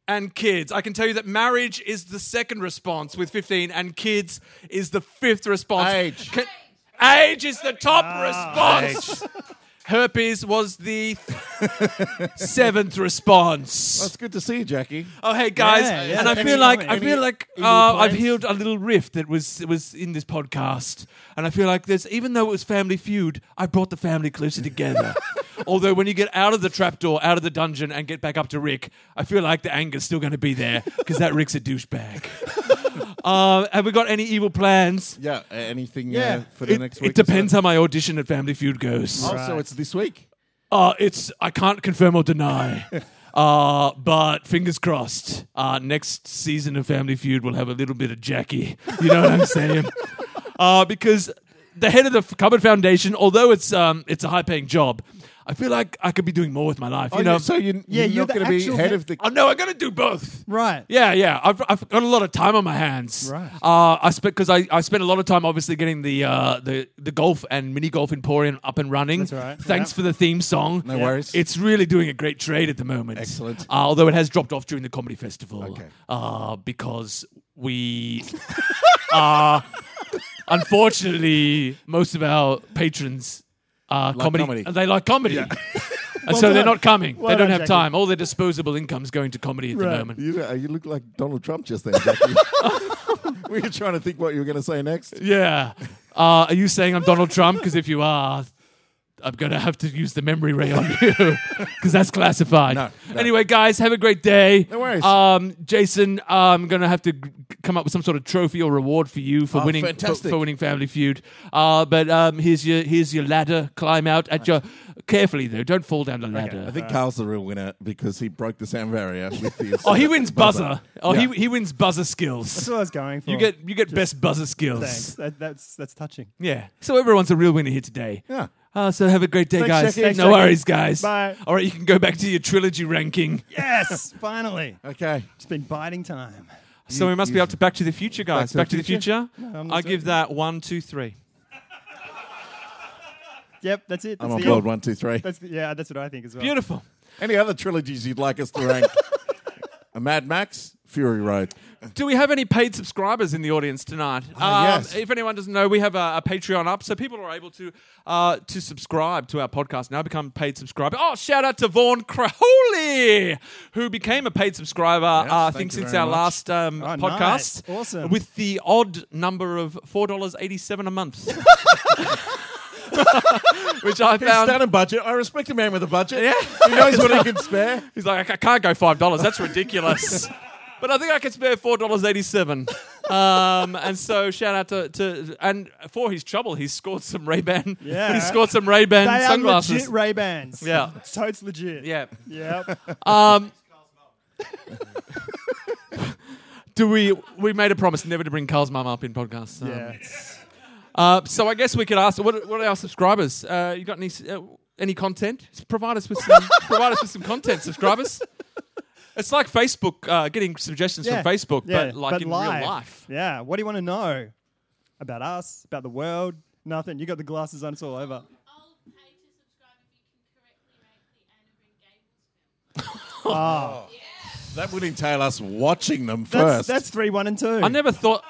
C: and kids. I can tell you that marriage is the second response with 15, and kids is the fifth response.
A: Age.
C: Can- age is the top response. Herpes was the seventh response.
A: Oh, It's good to see you, Jackie.
C: Oh hey guys,
D: Yeah, yeah.
C: and I
D: Any-
C: feel like I
D: any-
C: feel like
D: any
C: uh, I've
D: plans?
C: healed a little rift that was was in this podcast, and I feel like there's even though it was Family Feud, I brought the family closer together. Although when you get out of the trapdoor, out of the dungeon, and get back up to Rick, I feel like the anger's still going to be there because that Rick's a douchebag. uh, have we got any evil plans?
A: Yeah. uh, Anything
D: Yeah.
A: Uh, for the
C: It,
A: next
C: it
A: week?
C: depends how my audition at Family Feud goes.
A: Also, it's this week.
C: Uh, it's I can't confirm or deny. Uh, but fingers crossed. Uh, next season of Family Feud will have a little bit of Jackie. You know what I'm saying? Uh, because the head of the F- Cupboard Foundation, although it's um, it's a high paying job, I feel like I could be doing more with my life. You
A: oh,
C: know, Oh,
A: you- so you,
D: Yeah,
A: you're,
D: you're
A: not
D: the
A: going to be
D: actual
A: head
D: head-
A: of the.
C: I know I'm gonna do both.
D: Right.
C: Yeah, yeah. I've, I've got a lot of time on my hands.
D: Right.
C: Uh, I spent because I, I spent a lot of time obviously getting the uh, the the golf and mini golf emporium up and running.
D: That's right.
C: Thanks
D: Yeah.
C: for the theme song.
A: No worries.
C: It's really doing a great trade at the moment.
A: Excellent.
C: Uh, although it has dropped off during the comedy festival.
A: Okay.
C: Uh, because we are unfortunately most of our patrons are comedy.
A: comedy.
C: They like comedy. And so
D: done.
C: they're not coming.
D: Well
C: they don't
D: done,
C: have
D: Jackie.
C: time. All their disposable income's going to comedy at the
D: Right.
C: moment.
A: You, uh, you look like Donald Trump just then, Jackie. we were trying to think what you were going to say next.
C: Yeah. Uh, are you saying I'm Donald Trump? Because if you are, I'm going to have to use the memory ray on you because that's classified.
A: No, no.
C: Anyway, guys, have a great day.
A: No worries.
C: Um, Jason, I'm going to have to g- come up with some sort of trophy or reward for you for
A: Oh,
C: winning for-
A: fantastic.
C: for winning Family Feud. Uh, but um, here's your here's your ladder. Climb out at your carefully though. Don't fall down the ladder.
A: I think Carl's the real winner because he broke the sound barrier with his.
C: oh, he wins buzzer. Oh,
A: Yeah.
C: he he wins buzzer skills.
D: That's what I was going for.
C: You get you get best buzzer skills.
D: Thanks. That, that's, that's touching.
C: Yeah. So everyone's a real winner here today.
A: Yeah.
C: Uh, so have a great day,
A: Thanks,
C: guys.
A: Jackie. Thanks,
C: no
D: Jackie.
C: worries, guys.
D: Bye.
C: All right, you can go back to your trilogy ranking.
D: Yes, finally.
A: Okay.
D: It's been biting time.
C: So we must be up to Back to the Future, guys.
A: Back
C: Back
A: to
C: to
A: the
C: the Future.
D: I'm not
C: I give
D: joking.
C: that one, two, three.
D: Yep, that's it. That's
A: I'm on
D: the
A: board.
D: end.
A: One, two, three.
D: That's, yeah, that's what I think as well.
C: Beautiful.
A: Any other trilogies you'd like us to rank? a Mad Max, Fury Road.
C: Do we have any paid subscribers in the audience tonight? Um,
A: Ah, yes.
C: If anyone doesn't know, we have a, a Patreon up, so people are able to uh, to subscribe to our podcast now, become paid subscriber. Oh, shout out to Vaughn Crowley, who became a paid subscriber.
A: Yes,
C: uh, I
A: thank
C: think
A: you
C: since
A: very
C: our
A: much.
C: last um,
D: Oh, nice.
C: podcast,
D: Awesome.
C: with the odd number of four dollars eighty seven a month, which I
A: He's
C: found.
A: done a budget. I respect a man with a budget. Yeah. He knows what he can spare.
C: He's like, I can't go five dollars. That's ridiculous. but I think I can spare four dollars eighty-seven. Um, and so shout out to, to and for his trouble, he's scored some Ray Ban.
D: Yeah.
C: he scored some Ray
D: They
C: Ban
D: are
C: sunglasses.
D: legit Ray Bans.
C: Yeah.
D: So it's legit.
C: yeah.
D: Yep.
C: Um, do we? We made a promise never to bring Carl's mum up in podcasts. Um,
D: yeah.
C: Uh, so I guess we could ask what, what are our subscribers? Uh, you got any uh, any content? Provide us with some, provide us with some content, subscribers. It's like Facebook uh, getting suggestions
D: Yeah.
C: from Facebook,
D: Yeah,
C: but like in
D: live.
C: real life.
D: Yeah. What do you want to know about us? About the world? Nothing. You got the glasses on. It's all over.
E: I'll pay to subscribe if you can correctly rank the Anna and Gables films.
D: Oh,
A: That would entail us watching them
D: that's,
A: first.
D: that's three, one, and two.
C: I never thought.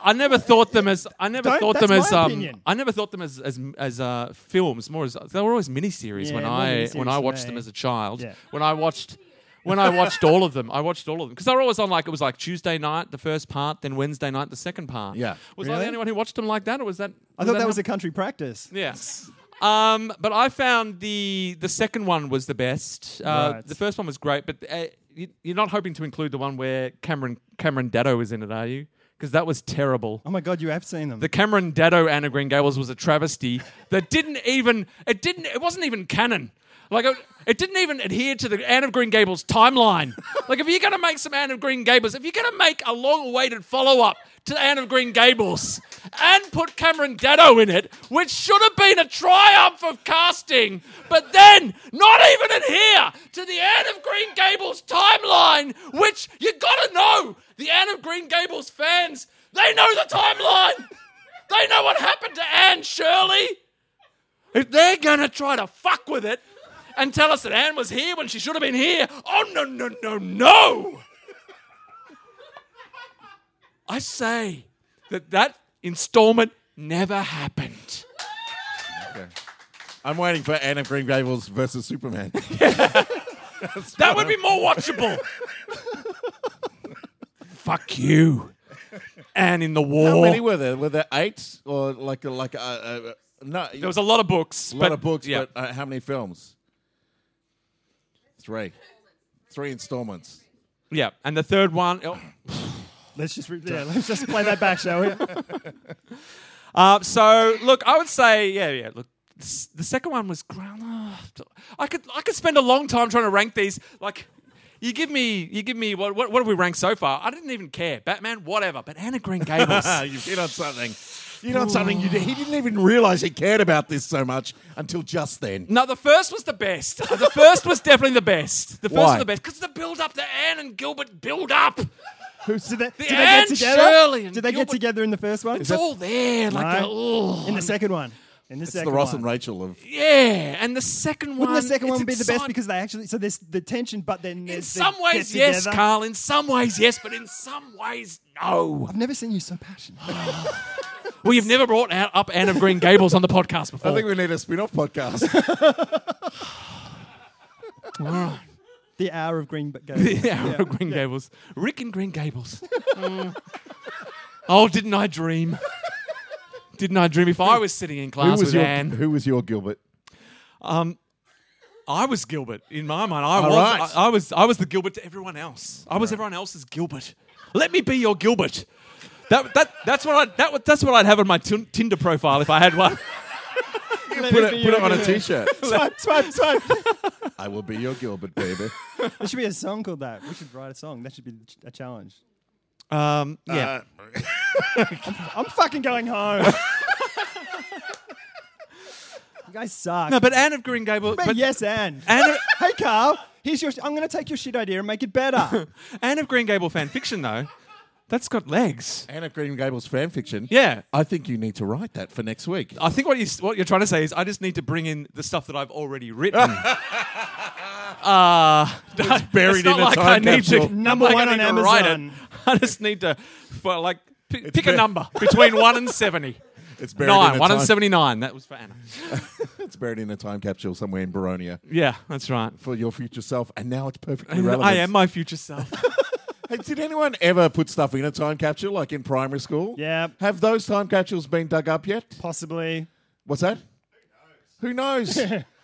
C: I never thought them as I never
D: Don't-
C: thought
D: that's
C: them as
D: my
C: um,
D: opinion.
C: I never thought them as as as uh, films more as they were always miniseries
D: Yeah,
C: when
D: more
C: I
D: miniseries
C: when I
D: to
C: watched
D: me.
C: them as a child
D: Yeah.
C: when I watched when I watched all of them I watched all of them because they were always on like it was like Tuesday night the first part then Wednesday night the second part
A: Yeah.
C: was I
D: Really?
C: the only one who watched them like that or was that
D: I thought that
C: how-
D: was a country practice.
C: Yes. Um, but I found the the second one was the best. Uh,
D: Right.
C: The first one was great, but uh, you, you're not hoping to include the one where Cameron Cameron Daddo is in it, are you? Because that was terrible.
D: Oh my God, you have seen them.
C: The Cameron Daddo Anna Green Gables was a travesty that didn't even it didn't it wasn't even canon. Like it, it didn't even adhere to the Anne of Green Gables timeline. like if you're gonna make some Anne of Green Gables, if you're gonna make a long-awaited follow-up to Anne of Green Gables and put Cameron Daddo in it, which should have been a triumph of casting, but then not even adhere to the Anne of Green Gables timeline, which you gotta know the Anne of Green Gables fans. They know the timeline. They know what happened to Anne Shirley. If they're gonna try to fuck with it and tell us that Anne was here when she should have been here, oh no no no no! I say that that installment never happened.
A: I'm waiting for Anne of Green Gables versus Superman.
C: That would be more watchable. fuck you, Anne in the war.
A: How many were there? Were there eight or like a- like a, a, a no?
C: there was a lot of books.
A: lot
C: but-
A: of books,
C: yeah.
A: but uh, how many films? Three, three installments.
C: yeah, and the third one. oh,
D: let's just re- yeah, let's just play that back, shall we?
C: Uh, so look, I would say, yeah, yeah. Look, s- the second one was ground. I could, I could spend a long time trying to rank these. Like, you give me, you give me. What, what, what have we ranked so far? I didn't even care. Batman, whatever. But Anna Green Gables.
A: Ah, you've hit on something. You know something. You did. He didn't even realize he cared about this so much until just then.
C: No, the first was the best. The first was definitely the best. The first
A: Why?
C: was the best because the build up, the Anne and Gilbert build up.
D: Did they, did they
C: Anne
D: get together?
C: Shirley and
D: did they
C: Gilbert-
D: get together in the first one?
C: It's all there, like the,
D: No.
C: ugh.
D: in the second one. In the
A: It's
D: second
A: the Ross
D: one.
A: and Rachel of
C: yeah. And the second one,
D: Wouldn't the second
C: it's
D: one be the best
C: exciting.
D: because they actually so there's the tension, but then
C: in
D: there's the
C: some ways,
D: get
C: yes,
D: together.
C: Carl. In some ways, yes, but in some ways, no.
D: I've never seen you so passionate.
C: Well, you've never brought out, up Anne of Green Gables on the podcast before.
A: I think we need a spin-off podcast.
D: the hour of Green Gables.
C: yeah, Anne of Green Gables. Rick and Green Gables. Mm. Oh, didn't I dream? Didn't I dream? If I was sitting in
A: who
C: class
A: was
C: with
A: your
C: Anne,
A: Who was your Gilbert?
C: I was Gilbert in my mind. I
A: All
C: was,
A: right.
C: I, I was, I was the Gilbert to everyone else. I was everyone else's Gilbert. Let me be your Gilbert. That, that, that's what I that, would- that's what I'd have on my tin Tinder profile if I had one.
D: Let
A: Put
D: me
A: it,
D: be
A: put
D: your
A: it on a
D: Gilbert.
A: T-shirt.
D: Swipe, swipe, swipe.
A: I will be your Gilbert, baby.
D: there should be a song called that. We should write a song. That should be ch- a challenge.
C: Um,
A: Uh,
C: yeah.
D: I'm fucking going home. you guys suck.
C: no, but Anne of Green Gables.
D: but,
C: But
D: yes, and
C: Anne, of-
D: hey, Carl. Here's your. I'm going to take your shit idea and make it better.
C: Anne of Green Gable fan fiction, though, That's got legs.
A: And a Green Gables fan fiction.
C: Yeah.
A: I think you need to write that for next week.
C: I think what you what you're trying to say is I just need to bring in the stuff that I've already written. uh, it's
A: buried
C: not
A: in a
C: like
A: time
C: I need to-
A: capsule.
C: not
D: Number
C: like I
D: one
C: need
D: on
C: to write it.
D: Amazon.
C: I just need to fi- like p- pick a number between one and seventy.
A: It's buried in
C: Nine,
A: a
C: one and
A: time-
C: seventy-nine. That was for Anna.
A: It's buried in a time capsule somewhere in Baronia
C: Yeah, that's right.
A: for your future self, and now it's perfectly relevant.
C: I am my future self.
A: Hey, did anyone ever put stuff in a time capsule, like in primary school?
D: Yep.
A: Have those time capsules been dug up yet?
D: Possibly.
A: What's that? Who knows?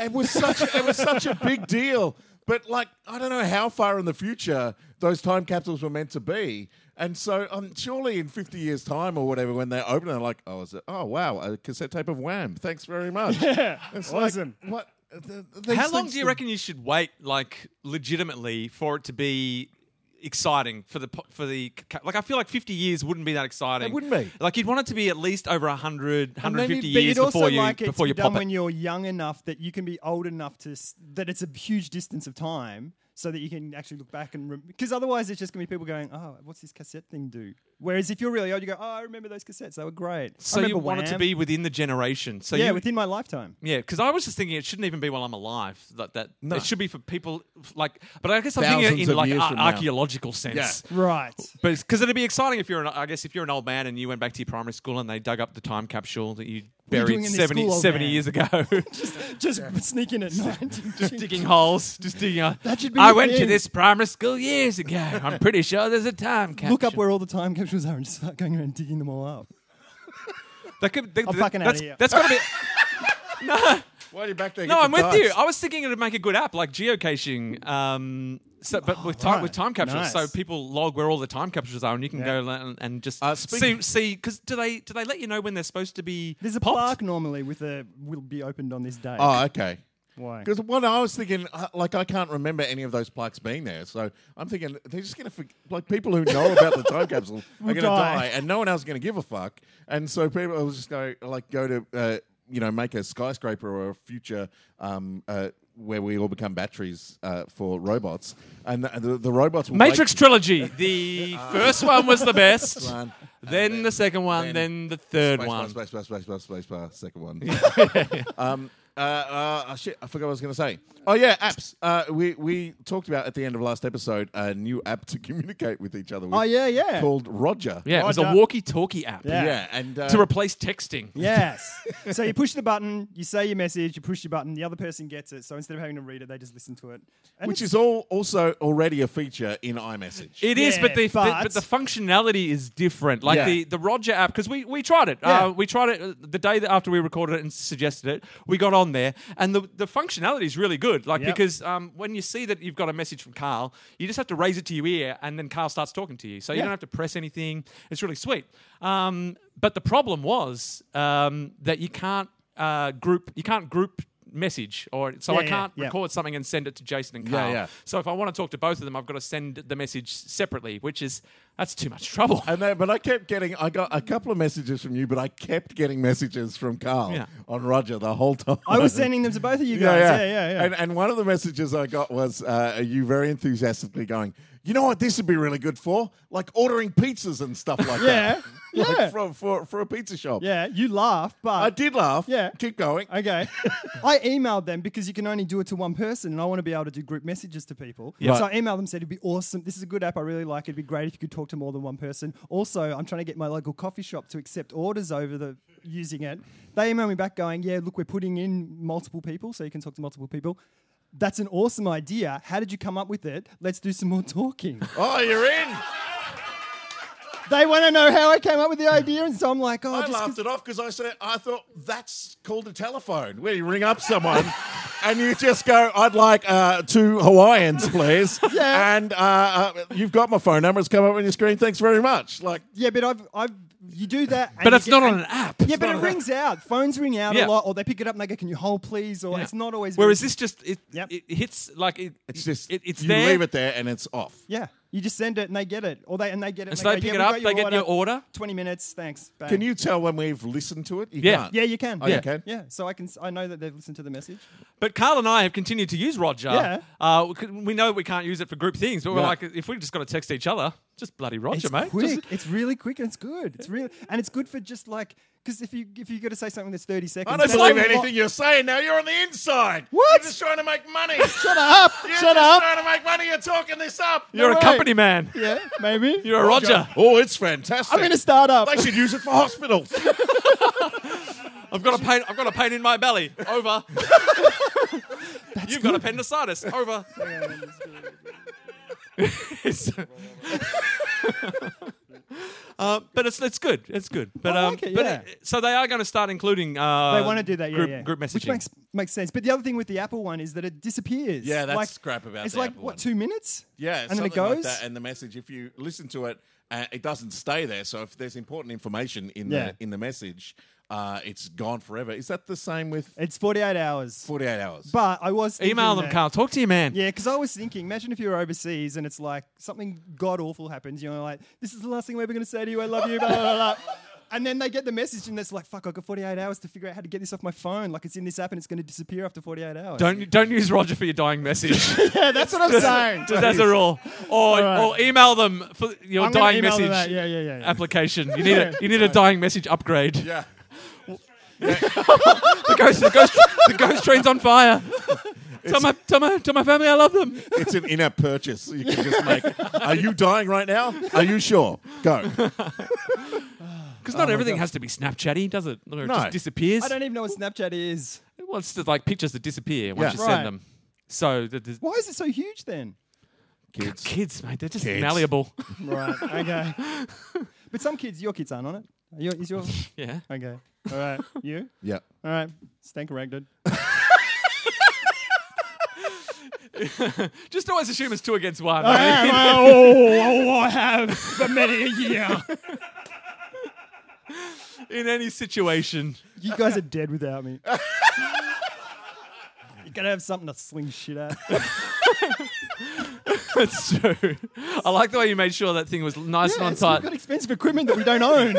A: it was such it was such a big deal. But like I don't know how far in the future those time capsules were meant to be. And so um, surely in 50 years time or whatever when they open it they're like oh is it oh wow a cassette tape of Wham. Thanks very much. Yeah. It's like,
D: awesome.
A: what th- th-
C: How
A: these
C: long
A: things
C: do you
A: can-
C: reckon you should wait, like legitimately, for it to be exciting for the po- for the ca- like? I feel like fifty years wouldn't be that exciting.
A: It wouldn't be.
C: Like you'd want it to be at least over 100,
A: And then
C: 150
A: you'd-
D: But
C: years
D: you'd also
C: before you
D: like it
C: before
D: to
C: you
D: be
C: pop
D: done
C: it.
D: when you're young enough that you can be old enough to s- that it's a huge distance of time, so that you can actually look back and because otherwise it's just gonna be people going, "Oh, what's this cassette thing do?" Whereas if you're really old, you go, "Oh, I remember those cassettes. They were great."
C: so
D: I
C: you
D: remember
C: want it to
D: Wham."
C: be within the generation. So
D: yeah
C: you,
D: within my lifetime.
C: yeah, because I was just thinking it shouldn't even be while I'm alive. That that
A: No.
C: it should be for people like. But I guess I'm thinking
A: Thousands
C: it in
A: of
C: like
A: years from now.
C: archaeological sense.
A: Yeah.
D: Right.
C: But because it'd be exciting if you're, an, I guess, if you're an old man and you went back to your primary school and they dug up the time capsule that you
D: What are you doing
C: buried
D: in this
C: 70,
D: school, old
C: 70
D: man?
C: years ago,
D: Just sneaking at night.
C: just digging holes, just digging. Holes.
D: That should be
C: I
D: the
C: went to
D: thing.
C: this primary school years ago. I'm pretty sure there's a time capsule.
D: Look up where all the time capsules are and just start going around digging them all up.
C: That could, that,
D: I'm
C: that-
D: fucking outta
C: that's,
D: here.
C: That's gotta be.
A: Why are you back there?
C: No,
A: Get
C: I'm
A: the
C: with you.
A: dice.
C: I was thinking it would make a good app, like geocaching, um, so, but with time
D: Oh, right.
C: with time capsules, so
D: Nice.
C: people log where all the time capsules are, and you can
D: Yeah.
C: go and, and just
A: Uh,
C: see
A: speaking-
C: see because do they do they let you know when they're supposed to be?
D: There's a
C: popped?
D: plaque normally with a will be opened on this day.
A: Oh, okay.
D: Why?
A: Because what I was thinking, uh, like I can't remember any of those plaques being there, so I'm thinking they're just gonna forg like people who know about the time capsule are
D: Will
A: gonna
D: die.
A: die. and no one else is gonna give a fuck, and so people will just go like go to uh, you know make a skyscraper or a future um, uh, where we all become batteries uh, for robots, and the, the, the robots will
C: Matrix trilogy. The first one was the best.
A: one,
C: Then, the second one,
A: then
C: then, the third
A: space bar,
C: one.
A: space bar, space bar, space bar, second one. um, uh, uh, oh, shit, I forgot what I was going to say. Oh yeah, apps. Uh, we we talked about at the end of last episode a new app to communicate with each other. With
D: Oh, yeah, yeah.
A: Called Roger.
C: Yeah, it was a
D: Roger.
C: walkie-talkie app
D: Yeah.
A: yeah, and uh,
C: to replace texting.
D: Yes. so you push the button, you say your message, you push your button, the other person gets it. So instead of having to read it, they just listen to it. And
A: which
D: it's-
A: is all also already a feature in iMessage.
C: It is,
D: Yeah,
C: but the, the- but
D: but-
C: the functionality is different. Like
A: Yeah.
C: the, the Roger app, because we, we tried it.
D: Yeah.
C: Uh, we tried it uh, the day that after we recorded it and suggested it. We got on there, and the, the functionality is really good. Like
D: Yep.
C: because um, when you see that you've got a message from Carl, you just have to raise it to your ear, and then Carl starts talking to you. So you
D: Yeah.
C: don't have to press anything. It's really sweet. Um, but the problem was um, that you can't uh, group. You can't group message or so
D: Yeah,
C: i
D: yeah,
C: can't
D: yeah.
C: record something and send it to jason and
A: Yeah,
C: Carl.
A: yeah.
C: So if I want to talk to both of them, I've got to send the message separately, which is that's too much trouble.
D: Uh,
A: And then, but I kept getting, I got a couple of messages from you, but I kept getting messages from Carl
C: Yeah.
A: on Roger the whole time.
D: I was sending them to both of you guys. Yeah, yeah, yeah.
A: And, and one of the messages I got was uh, you very enthusiastically going, you know what this would be really good for? Like ordering pizzas and stuff like
D: Yeah,
A: that. Like
D: yeah.
A: For, for, for a pizza shop.
D: yeah, you laugh, but
A: I did laugh.
D: Yeah.
A: Keep going.
D: Okay. I emailed them because you can only do it to one person, and I want to be able to do group messages to people.
A: Yeah.
D: So I emailed them, said it'd be awesome. This is a good app. I really like it. It'd be great if you could talk to more than one person. Also, I'm trying to get my local coffee shop to accept orders over the using it. They emailed me back going, Yeah, look, we're putting in multiple people, so you can talk to multiple people. That's an awesome idea. How did you come up with it? Let's do some more talking.
A: Oh, you're in.
D: they want to know how I came up with the idea, and so I'm like, oh,
A: I
D: just 'cause-
A: laughed it off because I said, I thought that's called a telephone where you ring up someone. And you just go, I'd like uh, two Hawaiians, please.
D: Yeah.
A: And uh, uh, you've got my phone number. It's come up on your screen. Thanks very much. Like,
D: Yeah, but I've, I've, you do that. and
C: but
D: you
C: it's
D: get-
C: not on
D: and-
C: an app.
D: Yeah, but it rings out. Phones ring out
C: Yeah.
D: a lot, or they pick it up and they go, "Can you hold, please?" Or
C: Yeah.
D: it's not always.
C: Whereas
D: very-
C: this just it,
D: Yep.
C: it hits like it,
A: it's just,
C: it, it's
A: you
C: there.
A: leave it there and it's off.
D: yeah, you just send it and they get it, or they and they get
C: and
D: it. And,
C: so they
D: go,
C: pick
D: "Yeah,
C: it
D: we
C: up.
D: got
C: They get your order.
D: Twenty minutes. Thanks. Bang.
A: Can you tell when we've listened to it? You
C: Yeah.
A: can't.
D: Yeah, you can.
A: Oh,
D: yeah.
A: you can?
D: Yeah, so I can. s- I know that they've listened to the message.
C: But Carl and I have continued to use Roger.
D: Yeah.
C: Uh, we could- we know we can't use it for group things, but we're
A: Yeah.
C: like, if we just got to text each other, Just bloody Roger,
D: it's
C: mate.
D: Quick.
C: Just-
D: it's really quick and it's good. It's really and it's good for just like because if you if you got to say something that's thirty seconds,
A: I don't
D: that's
A: believe
D: a lot-
A: anything you're saying now. You're on the inside.
D: What?
A: You're just trying to make money. Shut
D: up!
A: You're
D: Shut
A: just
D: up!
A: trying to make money. You're talking this up.
C: you're a
D: right.
C: company man.
D: Yeah, maybe.
C: You're a Roger.
A: Oh, it's fantastic.
D: I'm in a startup.
A: They should use it for hospitals.
C: I've got a pain. I've got a pain in my belly. Over. You've got appendicitis. Over. It's- Uh, but it's it's good. It's good. But
D: I
C: um,
D: like it,
C: but
D: yeah.
C: so they are going to start including. Uh,
A: Um,
D: they want to do that, yeah,
C: group,
D: yeah.
C: Group messaging.
D: which makes makes sense. But the other thing with the Apple one is that it disappears.
A: Yeah, that's
D: like,
A: crap about
D: It's
A: the
D: like
A: Apple
D: what
A: one.
D: two minutes?
A: Yeah,
D: and then it
A: something like
D: goes.
A: that, and the message, if you listen to it, uh, it doesn't stay there. So if there's important information in
D: Yeah.
A: the in the message, uh, it's gone forever. Is that the same with
D: it's forty eight hours.
A: forty eight hours?
D: But I was thinking
C: Email them,
D: that-
C: Carl. Talk to your man.
D: Yeah, because I was thinking, imagine if you were overseas and it's like something god awful happens. You're like, this is the last thing we're ever going to say to you. I love you. Blah, blah, blah, blah. And then they get the message and it's like, fuck, I've got 48 hours to figure out how to get this off my phone. Like, it's in this app and it's going to disappear after 48 hours.
C: Don't don't use Roger for your dying message.
D: yeah, that's what I'm saying.
C: Just as a rule, or or email them for your
D: I'm gonna
C: dying
D: email
C: message
D: them that. Yeah, yeah, yeah.
A: Um,
D: yeah.
C: application. You need a you need a dying message upgrade.
A: yeah.
C: the ghost, the ghost, the ghost train's on fire. Tell my, tell my, tell my family I love them.
A: It's an in-app purchase. You can just make. Are you dying right now? Are you sure? Go.
C: Because
D: Oh
C: not everything has to be Snapchatty, does it? Where it
A: No.
C: just disappears.
D: I don't even know what Snapchat is.
C: Well, it's just like pictures that disappear once
A: Yeah.
C: you
D: Right.
C: send them. So the, the
D: Why is it so huge then?
A: Kids.
C: kids, mate, they're just
A: Kids.
C: malleable.
D: Right, okay. but some kids, your kids aren't on it. Are Your, is your.
C: yeah.
D: Okay. All right. You?
A: Yeah.
D: All right. Stank ragged.
C: Just always assume it's two against one.
D: oh, I have for many a year.
C: In any situation,
D: You guys are dead without me. you gotta have something to sling shit at.
C: that's true. I like the way you made sure that thing was nice and on
D: Yes, we've
C: tight.
D: got expensive equipment that we don't own.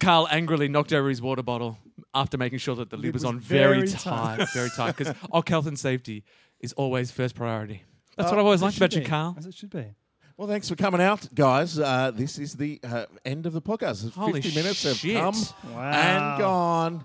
C: Carl angrily knocked over his water bottle after making sure that the lid
D: Lid
C: was,
D: was
C: on very,
D: very
C: tight,
D: tight.
C: very tight. Because och health and safety is always first priority. That's what I've always liked
D: Should
C: about you,
D: be,
C: Carl.
D: As it should be.
A: Well, thanks for coming out, guys. Uh, this is the uh, end of the podcast.
C: Holy
A: Fifty minutes
C: shit.
A: have come
D: Wow.
A: and gone.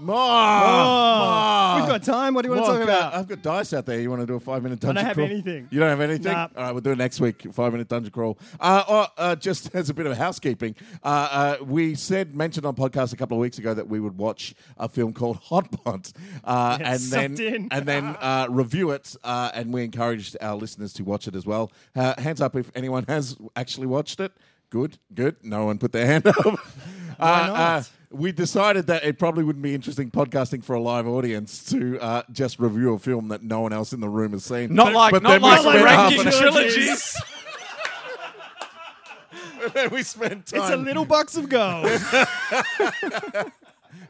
A: More.
D: We've got time. Oh. What do you want to
A: Well,
D: talk
A: I've got-
D: about?
A: I've got dice out there. You want to do a five minute
D: don't
A: dungeon
D: have
A: crawl?
D: anything.
A: You don't have anything?
D: Nah.
A: All right, we'll do it next week. Five minute dungeon crawl. Uh, or, uh, just as a bit of housekeeping, uh, uh, we said, mentioned on podcast a couple of weeks ago that we would watch a film called Hot Bond uh,
D: Yeah,
A: and,
D: sucked
A: then,
D: in.
A: and then uh, review it. Uh, and we encouraged our listeners to watch it as well. Uh, hands up if anyone has actually watched it. Good, good. No one put their hand up. Uh,
D: not?
A: we decided that it probably wouldn't be interesting podcasting for a live audience to uh, just review a film that no one else in the room has seen.
C: Not
A: But-
C: like,
A: but
C: not
A: then we
C: like
A: spent half
C: ranking
A: an hour-
D: trilogies.
C: trilogies.
A: then we spent time.
D: it's a little box of gold.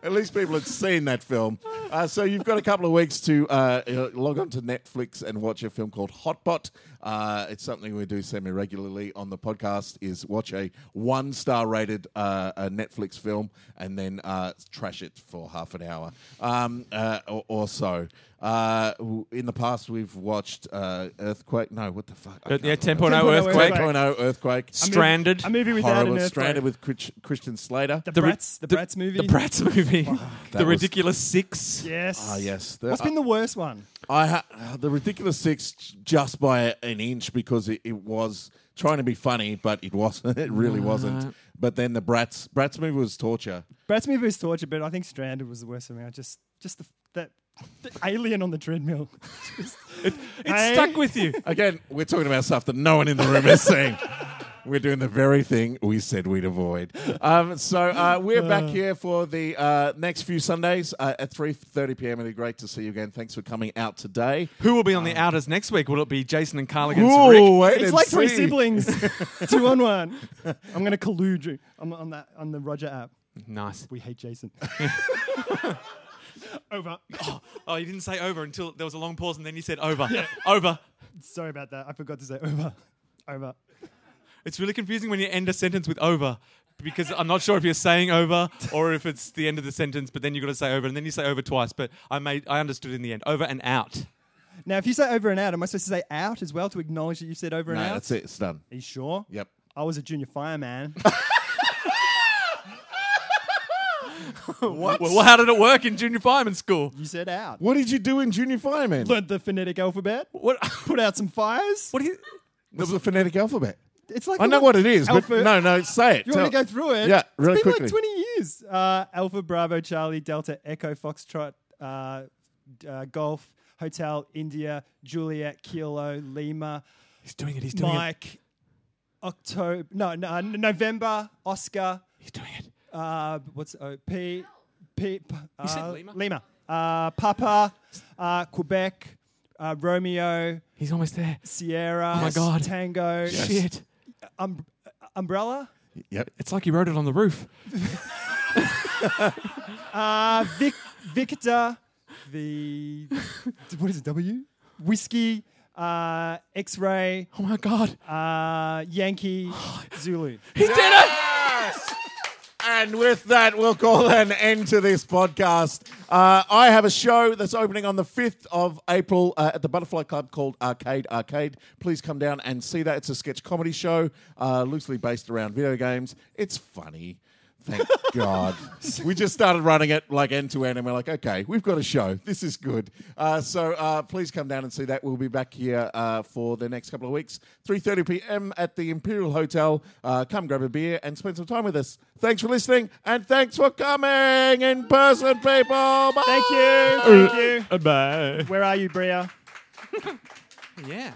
A: At least people had seen that film. Uh, so you've got a couple of weeks to uh, uh, log on to Netflix and watch a film called Hotbot. Uh, it's something we do semi regularly on the podcast. Is watch a one star rated uh, a Netflix film and then uh, trash it for half an hour um, uh, or, or so. Uh, w- in the past, we've watched uh, Earthquake. No, what the fuck? I
C: Uh,
A: can't
C: yeah,
A: remember.
C: 10.0
D: earthquake.
A: 10.0 Earthquake.
C: Stranded.
D: A movie without an
A: Horrible.
D: earthquake.
A: Stranded with Chris- Christian Slater.
D: the,
C: The re-
D: Bratz. The, Bratz movie.
C: The Bratz movie.
A: That
C: the
A: was-
C: Ridiculous Six.
D: Yes.
A: Ah, yes. The-
D: What's been the worst one?
A: I ha- the ridiculous six just by an inch because it, it was trying to be funny, but it wasn't. It really wasn't. But then the Bratz Bratz movie was torture.
D: Bratz movie was torture, but I think Stranded was the worst for me. I just, just the, that the alien on the treadmill. Just-
C: It's
D: Hey.
C: stuck with you.
A: Again, we're talking about stuff that no one in the room has seen. We're doing the very thing we said we'd avoid. Um, so uh, we're back here for the uh, next few Sundays uh, at three thirty p.m. It'd be great to see you again. Thanks for coming out today.
C: Who will be on the outers next week? Will it be Jason and Carl against
A: Ooh,
C: Rick?
A: wait
D: It's
A: and
D: like three
A: see.
D: siblings, two on one. I'm gonna collude you. I'm on that on the Roger app.
C: Nice.
D: We hate Jason. Over.
C: Oh, you didn't say over until there was a long pause, and then you said over, over.
D: Sorry about that. I forgot to say over. Over.
C: It's really confusing when you end a sentence with over because I'm not sure if you're saying over or if it's the end of the sentence, but then you've got to say over and then you say over twice. But I made I understood in the end over and out.
D: Now, if you say over and out, am I supposed to say out as well to acknowledge that you said over
A: No,
D: and out?
A: that's it. It's done.
D: Are you sure?
A: Yep.
D: I was a junior fireman.
C: What? Well, how did it work in junior fireman school?
D: you said out.
A: What did you do in junior fireman?
D: Learned the phonetic alphabet.
C: What?
D: Put out some fires.
C: What do you?
A: What's the phonetic alphabet?
D: It's like
A: I know what it is, but
D: Alpha-
A: no, no, say it.
D: You want me to
A: Tell-
D: go through it?
A: Yeah, really
D: it's been
A: quickly.
D: like 20 years. Uh, Alpha, Bravo, Charlie, Delta, Echo, Foxtrot, uh, d- uh, Golf, Hotel, India, Juliet, Kilo, Lima,
C: He's doing it. He's doing it.
D: Mike, October, no, no, uh, November, Oscar,
C: He's doing it.
D: uh, what's oh, P, P, p- uh,
C: said Lima?
D: Lima, uh, Papa, uh, Quebec, uh, Romeo,
C: He's almost there.
D: Sierra,
C: Oh my God.
D: Tango,
C: Shit!
D: um, Umbrella,
A: Yep.
C: It's like he wrote it on the roof.
D: Uh, Vic, Victor, the what is it? W whiskey, uh, X-ray,
C: Oh my God!
D: uh, Yankee, Zulu.
C: He did it!
A: Yes! And with that, we'll call an end to this podcast. Uh, I have a show that's opening on the 5th of April uh, at the Butterfly Club called Arcade Arcade. Please come down and see that. It's a sketch comedy show uh, loosely based around video games. It's funny. Thank God. We just started running it like end to end, and we're like, okay, we've got a show. This is good. Uh, so uh, please come down and see that. We'll be back here uh, for the next couple of weeks, 3:30 p.m. at the Imperial Hotel. Uh, come grab a beer and spend some time with us. Thanks for listening, and thanks for coming in person, people. Bye.
D: Thank you, thank you.
C: Bye.
D: Where are you, Bria?
C: Yeah.